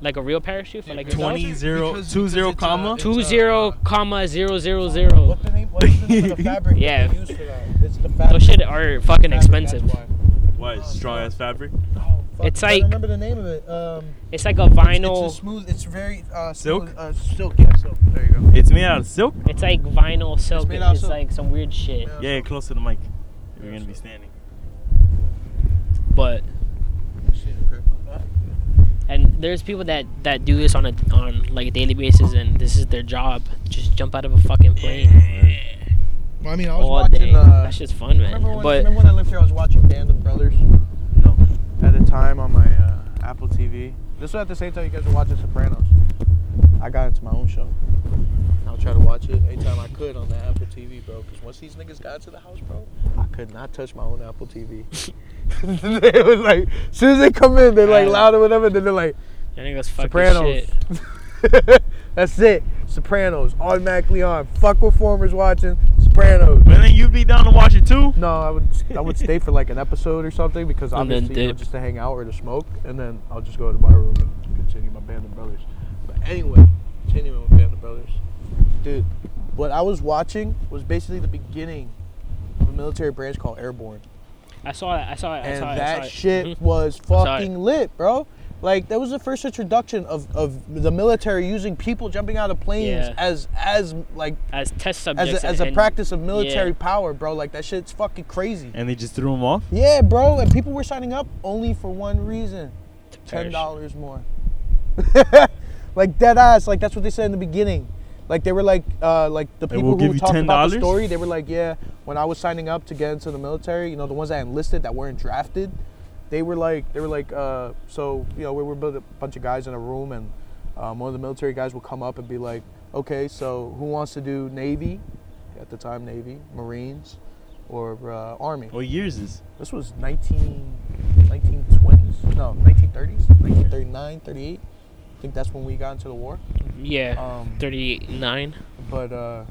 S3: like a real parachute for
S2: Yeah,
S3: like
S2: because-
S3: adults.
S1: 20 zero-
S2: because-
S1: two
S2: because
S1: zero
S2: it's a-
S1: comma?
S2: it's
S3: two
S2: a-
S3: zero comma zero zero
S2: uh, What
S3: zero
S2: the name? What's the name of the fabric? that
S3: Yeah.
S2: they use for that? It's the fabric.
S3: those shit are fucking
S2: fabric, that's
S3: expensive
S2: why.
S1: Why it's strong as fabric?
S2: Oh, fuck,
S3: It's
S2: I
S3: like-
S2: don't remember the name of it. Um,
S3: it's like a
S2: it's- It's a
S3: vinyl
S2: smooth. It's very uh,
S1: Silk?
S2: smooth, uh, silk. Yeah, silk. There you go.
S1: It's made out of silk.
S3: it's like vinyl silk
S2: made out of
S3: it's
S2: silk.
S3: like some weird shit
S2: Yeah.
S1: Yeah, close to the mic. We're gonna be standing.
S3: but
S2: Shit, okay.
S3: and there's people that that do this on a on like a daily basis and this is their job just jump out of a fucking plane
S2: Well, I mean, I was
S3: all
S2: watching.
S3: day
S2: Uh,
S3: that's just fun man
S2: remember when,
S3: but
S2: remember when I lived here? I was watching Band of Brothers.
S1: No.
S2: at the time on my uh, Apple TV. This was at the same time you guys were watching Sopranos. I got into my own show. I'll try to watch it anytime I could on the Apple TV, bro. Because once these niggas got to the house, bro, I could not touch my own Apple TV. they was like, as soon as they come in, they're like
S3: Yeah.
S2: loud or whatever. Then they're like,
S3: that nigga's fucking
S2: Sopranos.
S3: shit
S2: That's it. Sopranos automatically on. Fuck reformers watching Sopranos.
S1: But then you'd be down to watch it too.
S2: No, I would I would stay for like an episode or something because
S3: And then
S2: obviously you know,
S3: dip.
S2: just to hang out or to smoke, and then I'll just go to my room and continue my band of brothers. But anyway, continuing with band of brothers, dude, what I was watching was basically the beginning of a military branch called Airborne,
S3: I saw it I saw it I
S2: and
S3: saw it, I
S2: that
S3: saw it.
S2: shit
S3: Mhm.
S2: was
S3: saw it.
S2: fucking lit, bro. Like that was the first introduction of, of the military using people jumping out of planes
S3: Yeah.
S2: as as like
S3: as test subjects
S2: as a,
S3: and-
S2: as a
S3: and-
S2: practice of military
S3: yeah.
S2: power, bro. Like that shit's fucking crazy.
S1: And they just threw him off.
S2: Yeah, bro, and people were signing up only for one reason: ten
S3: perish.
S2: dollars more. like dead ass, like that's what they said in the beginning. Like they were like, uh, like the
S1: They
S2: people
S1: will
S2: who
S1: give you
S2: talked about the
S1: $10?
S2: story, they were like, yeah. When I was signing up to get into the military, you know, the ones that enlisted that weren't drafted, they were like, they were like, uh, so you know, we were bu- a bunch of guys in a room, and um, one of the military guys will come up and be like, okay, so who wants to do Navy? At the time, Navy, Marines, or uh, Army.
S1: What years is?
S2: This was 19, 1920s? No, 1930s? 1939, 38. I think that's when we got into the war.
S3: Yeah.
S2: Um,
S3: 39.
S2: But uh,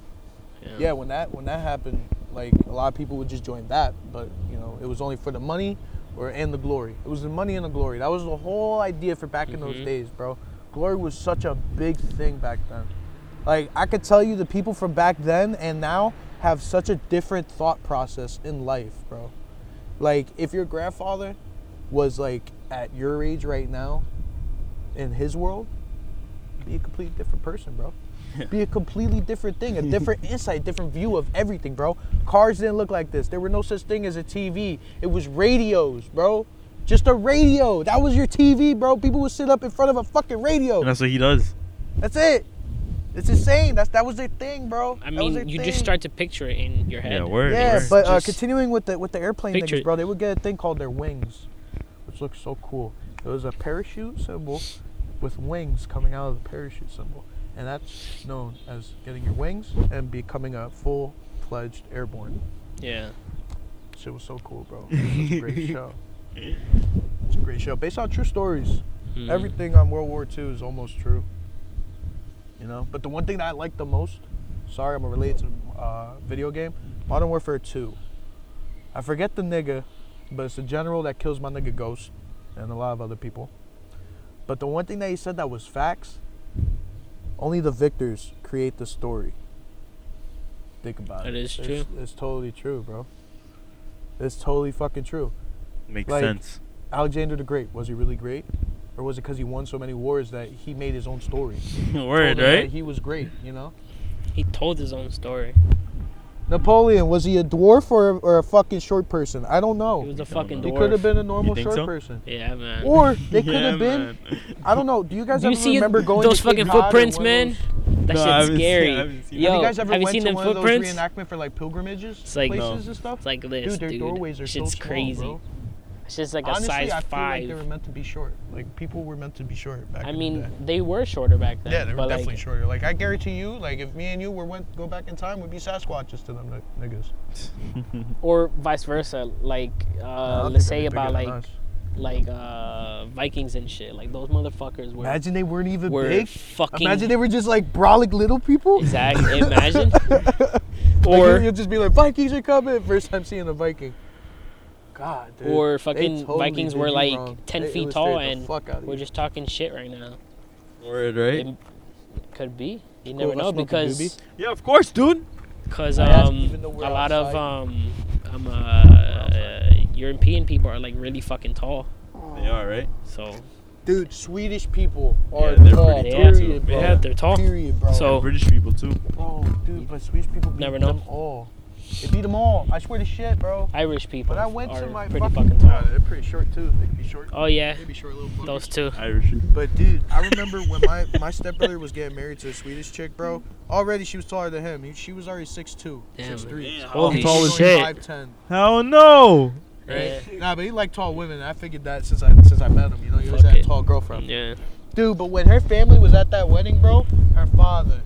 S2: yeah, when that when that happened, like a lot of people would just join that. But you know, it was only for the money or and the glory. It was the money and the glory. That was the whole idea for back in those
S3: Mhm.
S2: days, bro. Glory was such a big thing back then. Like I could tell you, the people from back then and now have such a different thought process in life, bro. Like if your grandfather was like at your age right now, in his world, be a completely different person, bro. Be a completely different thing, a different insight, different view of everything, bro. Cars didn't look like this. There were no such thing as a TV. It was radios, bro. Just a radio. That was your TV, bro. People would sit up in front of a fucking radio.
S1: And that's what he does.
S2: That's it. It's insane. That's that was their thing, bro.
S3: I
S2: That was their
S3: mean, you just
S2: thing.
S3: start to picture it in your head.
S1: Yeah, word.
S2: Yeah,
S1: word.
S2: but uh,
S3: Just-
S2: continuing with the with the airplane
S3: Picture
S2: things,
S3: it.
S2: bro, they would get a thing called their wings, which looks so cool. It was a parachute symbol with wings coming out of the parachute symbol, and that's known as getting your wings and becoming a full fledged airborne.
S3: Yeah.
S2: Shit was so cool, bro. It was a great show. It's a great show based on true stories.
S3: Mhm.
S2: Everything on World War II is almost true. You know, but the one thing that I like the most, sorry, I'm gonna relate to uh, video game, Modern Warfare 2. I forget the nigga, but it's the general that kills my nigga Ghost and a lot of other people. But the one thing that he said that was facts, only the victors create the story. Think about it.
S3: That is
S2: It's- It's totally true, bro. It's totally fucking true.
S1: Makes
S2: like-
S1: sense.
S2: Alexander the Great, was he really great? Or was it because he won so many wars that he made his own story?
S1: word,
S2: Told him that
S1: right?
S2: He was great, you know?
S3: He told his own story.
S2: Napoleon, was he a dwarf or, or a fucking short person? I don't know.
S3: He was a
S1: don't
S3: fucking
S1: know.
S2: Oh, He
S3: dwarf.
S2: could have been a normal
S1: think
S2: short
S1: so?
S2: person.
S3: Yeah, man.
S2: Or they could
S1: Yeah,
S2: have been,
S1: man.
S2: I don't know. Do you guys
S3: Do you
S2: ever
S3: see
S2: remember going
S3: those
S2: to Cape
S3: fucking
S2: Cod or
S3: footprints,
S2: one of
S3: man?
S2: those-
S3: That
S1: No, I
S3: shit's
S1: haven't seen- I
S3: scary.
S1: haven't seen
S3: Yo,
S1: it.
S2: have you guys ever
S3: have you
S2: went
S3: seen
S2: to
S3: them
S2: one of those
S3: footprints?
S2: reenactment for like pilgrimages,
S3: It's like-
S2: places and stuff?
S3: It's like this, dude.
S2: dude, their doorways are
S3: shit's
S2: so small,
S3: crazy.
S2: bro.
S3: It's just like
S2: Honestly,
S3: a size
S2: I feel
S3: five.
S2: like they were meant to be short. Like people were meant to be short back
S3: I
S2: in the
S3: mean,
S2: day.
S3: they were shorter back then.
S2: Yeah, they were
S3: but
S2: definitely
S3: like,
S2: shorter. Like I guarantee you, like if me and you were went go back in time, we'd be Sasquatches to them ni- niggas.
S3: Or vice versa. Like, uh,
S2: I don't
S3: let's
S2: think
S3: Uh, say
S2: they'd be bigger
S3: about
S2: than
S3: like
S2: us.
S3: like uh, Vikings and shit. Like those motherfuckers were
S2: Imagine they weren't even
S3: were
S2: big.
S3: fucking
S2: Imagine they were just like brolic little people.
S3: Exactly. Imagine.
S2: Or
S3: or
S2: you'll just be like, Vikings are coming. First time seeing a Viking. God, dude.
S3: Or
S2: They
S3: fucking
S2: totally
S3: Vikings
S2: did
S3: were
S2: you
S3: like
S2: wrong.
S3: 10
S2: They
S3: feet
S2: illustrated
S3: tall
S2: the
S3: and
S2: fuck out of
S3: we're
S2: you.
S3: just talking shit right now.
S1: Word, right?
S3: It could be. You
S2: Cool,
S3: never
S2: I
S3: know
S2: smoke a
S3: because
S2: doobie.
S1: Yeah, of course, dude.
S3: because
S2: I asked
S3: um
S2: even though we're
S3: a lot of
S2: outside.
S3: um um uh, European people are like really fucking tall.
S1: They are, right?
S3: So
S2: dude, Swedish people are
S1: Yeah, they're
S2: tall.
S1: pretty
S3: tall, too.
S2: Period, bro.
S3: yeah, they're tall.
S2: Period, bro.
S3: So- Oh.
S1: British people too.
S2: bro, dude, but Swedish people beat
S3: Never know.
S2: them all. They beat them all. I swear to shit, bro.
S3: Irish people
S2: But I went
S3: are
S2: to my
S3: pretty
S2: fucking.
S3: fucking tall.
S2: they're pretty short too. They could be short.
S3: Oh yeah,
S2: Maybe short little fuckers.
S3: those two.
S1: Irish.
S2: But dude, I remember when my my stepbrother was getting married to a Swedish chick, bro. Already she was taller than him. He, she was already 6'2",
S3: Damn.
S2: 6'3".
S1: Damn,
S3: Holy
S2: He was
S3: shit.
S2: Five ten.
S1: Hell no.
S3: Yeah.
S2: Nah, but he liked tall women. I figured that since I since I met him, you know, he always
S3: Fuck
S2: had a
S3: it.
S2: tall girlfriend.
S3: Yeah.
S2: Dude, but when her family was at that wedding, bro, her father,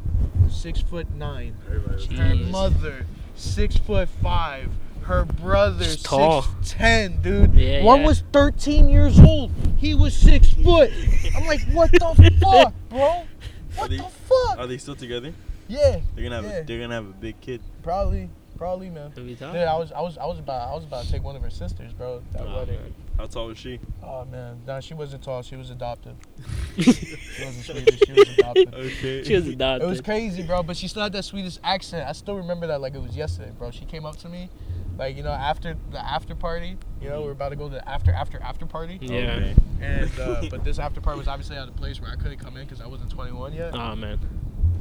S2: six foot nine. Her
S3: Jeez.
S2: mother, six foot five. Her brother,
S3: She's tall.
S2: six ten, dude.
S3: Yeah,
S2: One
S3: yeah.
S2: was thirteen years old. He was six foot. I'm like, what the fuck, bro? What
S1: they-
S2: the fuck?
S1: Are they still together?
S2: yeah,
S1: They're gonna have
S2: Yeah.
S1: a, they're gonna have a big kid.
S2: probably, probably, man.
S3: Who we
S2: Dude,
S3: talking?
S2: I was, I was, I was about, I was about to take one of her sisters, bro. at That
S3: Oh,
S2: wedding.
S3: man.
S1: How tall is she?
S2: Oh man, nah, she wasn't tall. She was adopted. she wasn't Swedish. She was adopted.
S1: Okay.
S3: She was
S2: It was
S3: adopted.
S2: crazy, bro. But she still had that Swedish accent. I still remember that like it was yesterday, bro. She came up to me, like you know after the after party. You know we're about to go to the after after after party.
S3: Yeah.
S2: And uh, but this after party was obviously at a place where I couldn't come in because I wasn't 21 yet.
S3: Oh man.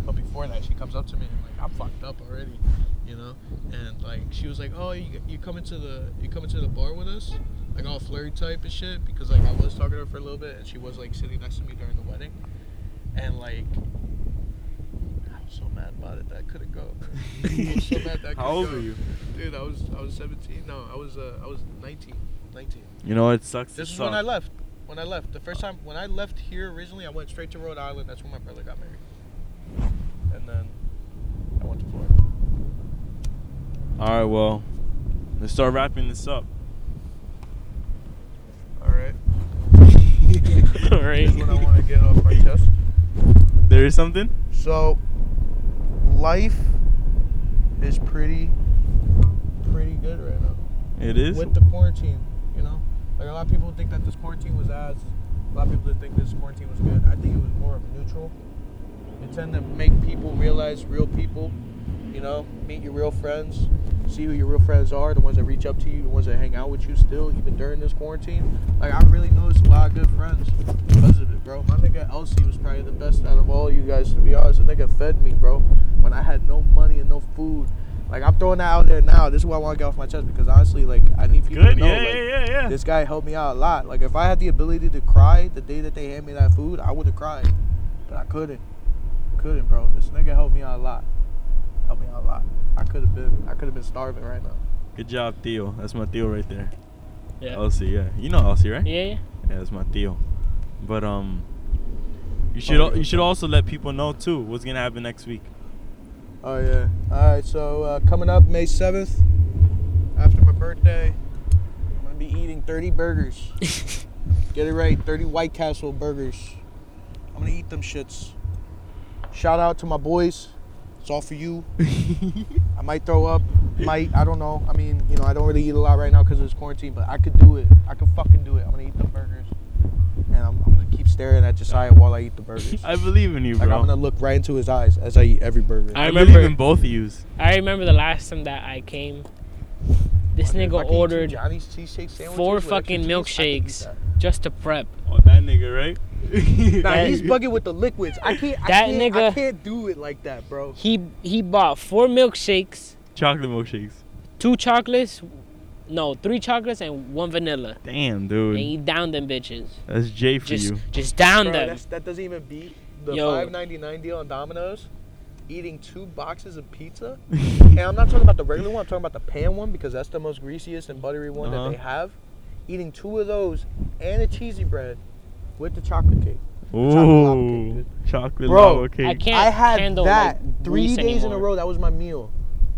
S2: But before that, she comes up to me and like I'm fucked up already, you know. And like she was like, "Oh, you, you coming to the you coming to the bar with us?" Like all flirty type and shit because like I was talking to her for a little bit and she was like sitting next to me during the wedding, and like I'm so mad about it that I couldn't go. I'm so mad that I
S1: How
S2: couldn't
S1: old
S2: go.
S1: are you?
S2: dude? I was I was 17. No, I was uh, I was 19. 19.
S1: You know it sucks.
S2: This
S1: to
S2: is when I
S1: suck.
S2: left. When I left, the first time when I left here originally, I went straight to Rhode Island. That's when my brother got married, and then I went to Florida.
S1: All right, well, let's start wrapping this up.
S2: All right.
S3: All right.
S2: Here's what I want to get off my chest.
S1: There is something.
S2: So, life is pretty, pretty good right now.
S1: It is.
S2: With the quarantine, you know, like a lot of people think that this quarantine was as, a lot of people that think this quarantine was good. I think it was more of neutral. It tend to make people realize real people, you know, meet your real friends, see who your real friends are, the ones that reach up to you, the ones that hang out with you still, even during this quarantine. Like I really noticed a lot of good friends because of it, bro. My nigga Elsie was probably the best out of all you guys, to be honest. The nigga fed me, bro, when I had no money and no food. Like I'm throwing that out there now. This is what I want to get off my chest because honestly, like I need people
S1: Good.
S2: to know.
S1: Yeah,
S2: like,
S1: yeah, yeah, yeah.
S2: this guy helped me out a lot. Like if I had the ability to cry the day that they handed me that food, I would have cried, but I couldn't. Couldn't, bro. This nigga helped me out a lot. Helped me out a lot. I could have been, I could have been starving right now.
S1: Good job, Theo. That's my Theo right there.
S3: Yeah.
S1: Elsie, yeah. You know Elsie, right?
S3: Yeah. yeah.
S1: Yeah, that's my deal. But um,
S3: Oh,
S1: you should al- you should also let people know too what's gonna happen next week.
S2: Oh yeah. All right. So uh, coming up May seventh, after my birthday, I'm gonna be eating thirty burgers. Get it right, thirty White Castle burgers. I'm gonna eat them shits. Shout out to my boys. It's all for you. I might throw up. Might I don't know. I mean, you know, I don't really eat a lot right now because of this quarantine, but I could do it. I could fucking do it. I'm gonna eat the burgers, and I'm, I'm gonna keep staring at Josiah while I eat the burgers.
S1: I believe in you,
S2: Like I'm
S1: bro.
S2: gonna look right into his eyes as I eat every burger.
S3: I
S1: believe
S3: remember-
S1: in both of yous.
S3: I remember the last time that I came, this
S2: Wonder if
S3: nigga
S2: I can eat two
S3: ordered
S2: Johnny's cheesesteak sandwiches
S3: four
S2: with extra
S3: fucking
S2: cheese, I could eat
S3: milkshakes.
S2: that.
S3: just to prep.
S1: Oh, that nigga, right?
S2: Nah,
S3: That-
S2: he's bugging with the liquids. I can't. I
S3: That
S2: can't, I
S3: nigga-
S2: can't do it like that, bro.
S3: He he bought four milkshakes,
S1: Chocolate milkshakes.
S3: two chocolates, no, three chocolates and one vanilla,
S1: Damn,
S3: and
S1: dude.
S3: he downed them bitches.
S1: That's J for
S3: Just
S1: you.
S3: just downed
S2: Bro,
S3: them.
S2: that's, that doesn't even beat the
S3: Yo.
S2: five ninety nine deal on Domino's. Eating two boxes of pizza, and I'm not talking about the regular one. I'm talking about the pan one because that's the most greasiest and buttery one
S1: Uh-huh.
S2: that they have. Eating two of those and a cheesy bread with the chocolate cake. lava
S1: Ooh,
S2: cake,
S1: chocolate
S2: Bro,
S1: lava cake.
S3: I can't
S2: I had
S3: handle
S2: that
S3: like,
S2: three
S3: grease
S2: days in a
S3: anymore.
S2: row. That was my meal.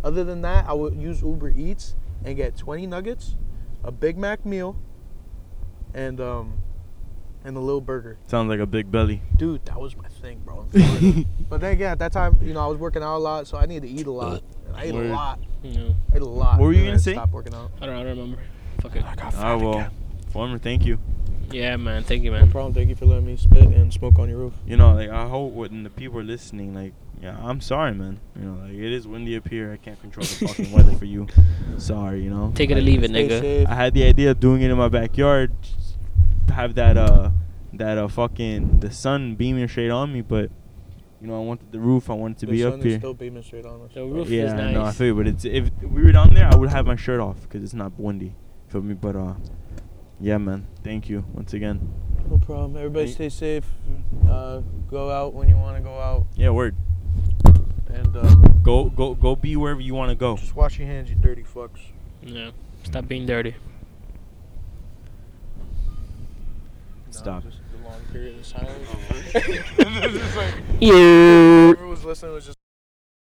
S2: Other than that, I would use Uber Eats and get 20 nuggets, a Big Mac meal, and um, and a little burger.
S1: Sounds like a big belly.
S2: Dude, that was my thing, bro. in Florida. but then again, at that time, you know, I was working out a lot, so I needed to eat a lot. And I ate
S1: Word.
S2: a lot.
S3: No,
S2: I ate a lot.
S1: What were you gonna
S2: and then I
S1: say?
S2: Stopped working out.
S3: I don't, I don't remember. Fuck it.
S1: Ah, well. Former, thank you.
S3: Yeah, man. Thank you, man.
S2: problem. Thank you for letting me spit and smoke on your roof.
S1: You know, like, I hope when the people are listening, like, yeah, I'm sorry, man. You know, like, it is windy up here. I can't control the fucking weather for you. Sorry, you know?
S3: Take it or
S1: Like,
S3: leave it, nigga.
S2: Safe.
S1: I had the idea of doing it in my backyard, just have that uh that uh fucking the sun beaming straight on me, but you know I wanted the roof, I wanted to
S2: The
S1: be
S2: sun
S1: up
S2: is
S1: here.
S2: still beaming straight on us.
S3: The roof
S1: yeah,
S3: is nice.
S1: no, I feel you, but it's if we were down there, I would have my shirt off because it's not windy, feel me? But uh, yeah, man, thank you once again.
S2: No problem. Everybody
S1: Hey.
S2: stay safe. Uh, go out when you want to go out.
S1: Yeah, word.
S2: And uh,
S1: Go, go, go. Be wherever you want to go.
S2: just wash your hands, you dirty fucks.
S3: Yeah. Stop being dirty.
S1: Stop.
S2: Just the long period of silence. It's like,
S3: Yeah.
S2: everyone's listening was just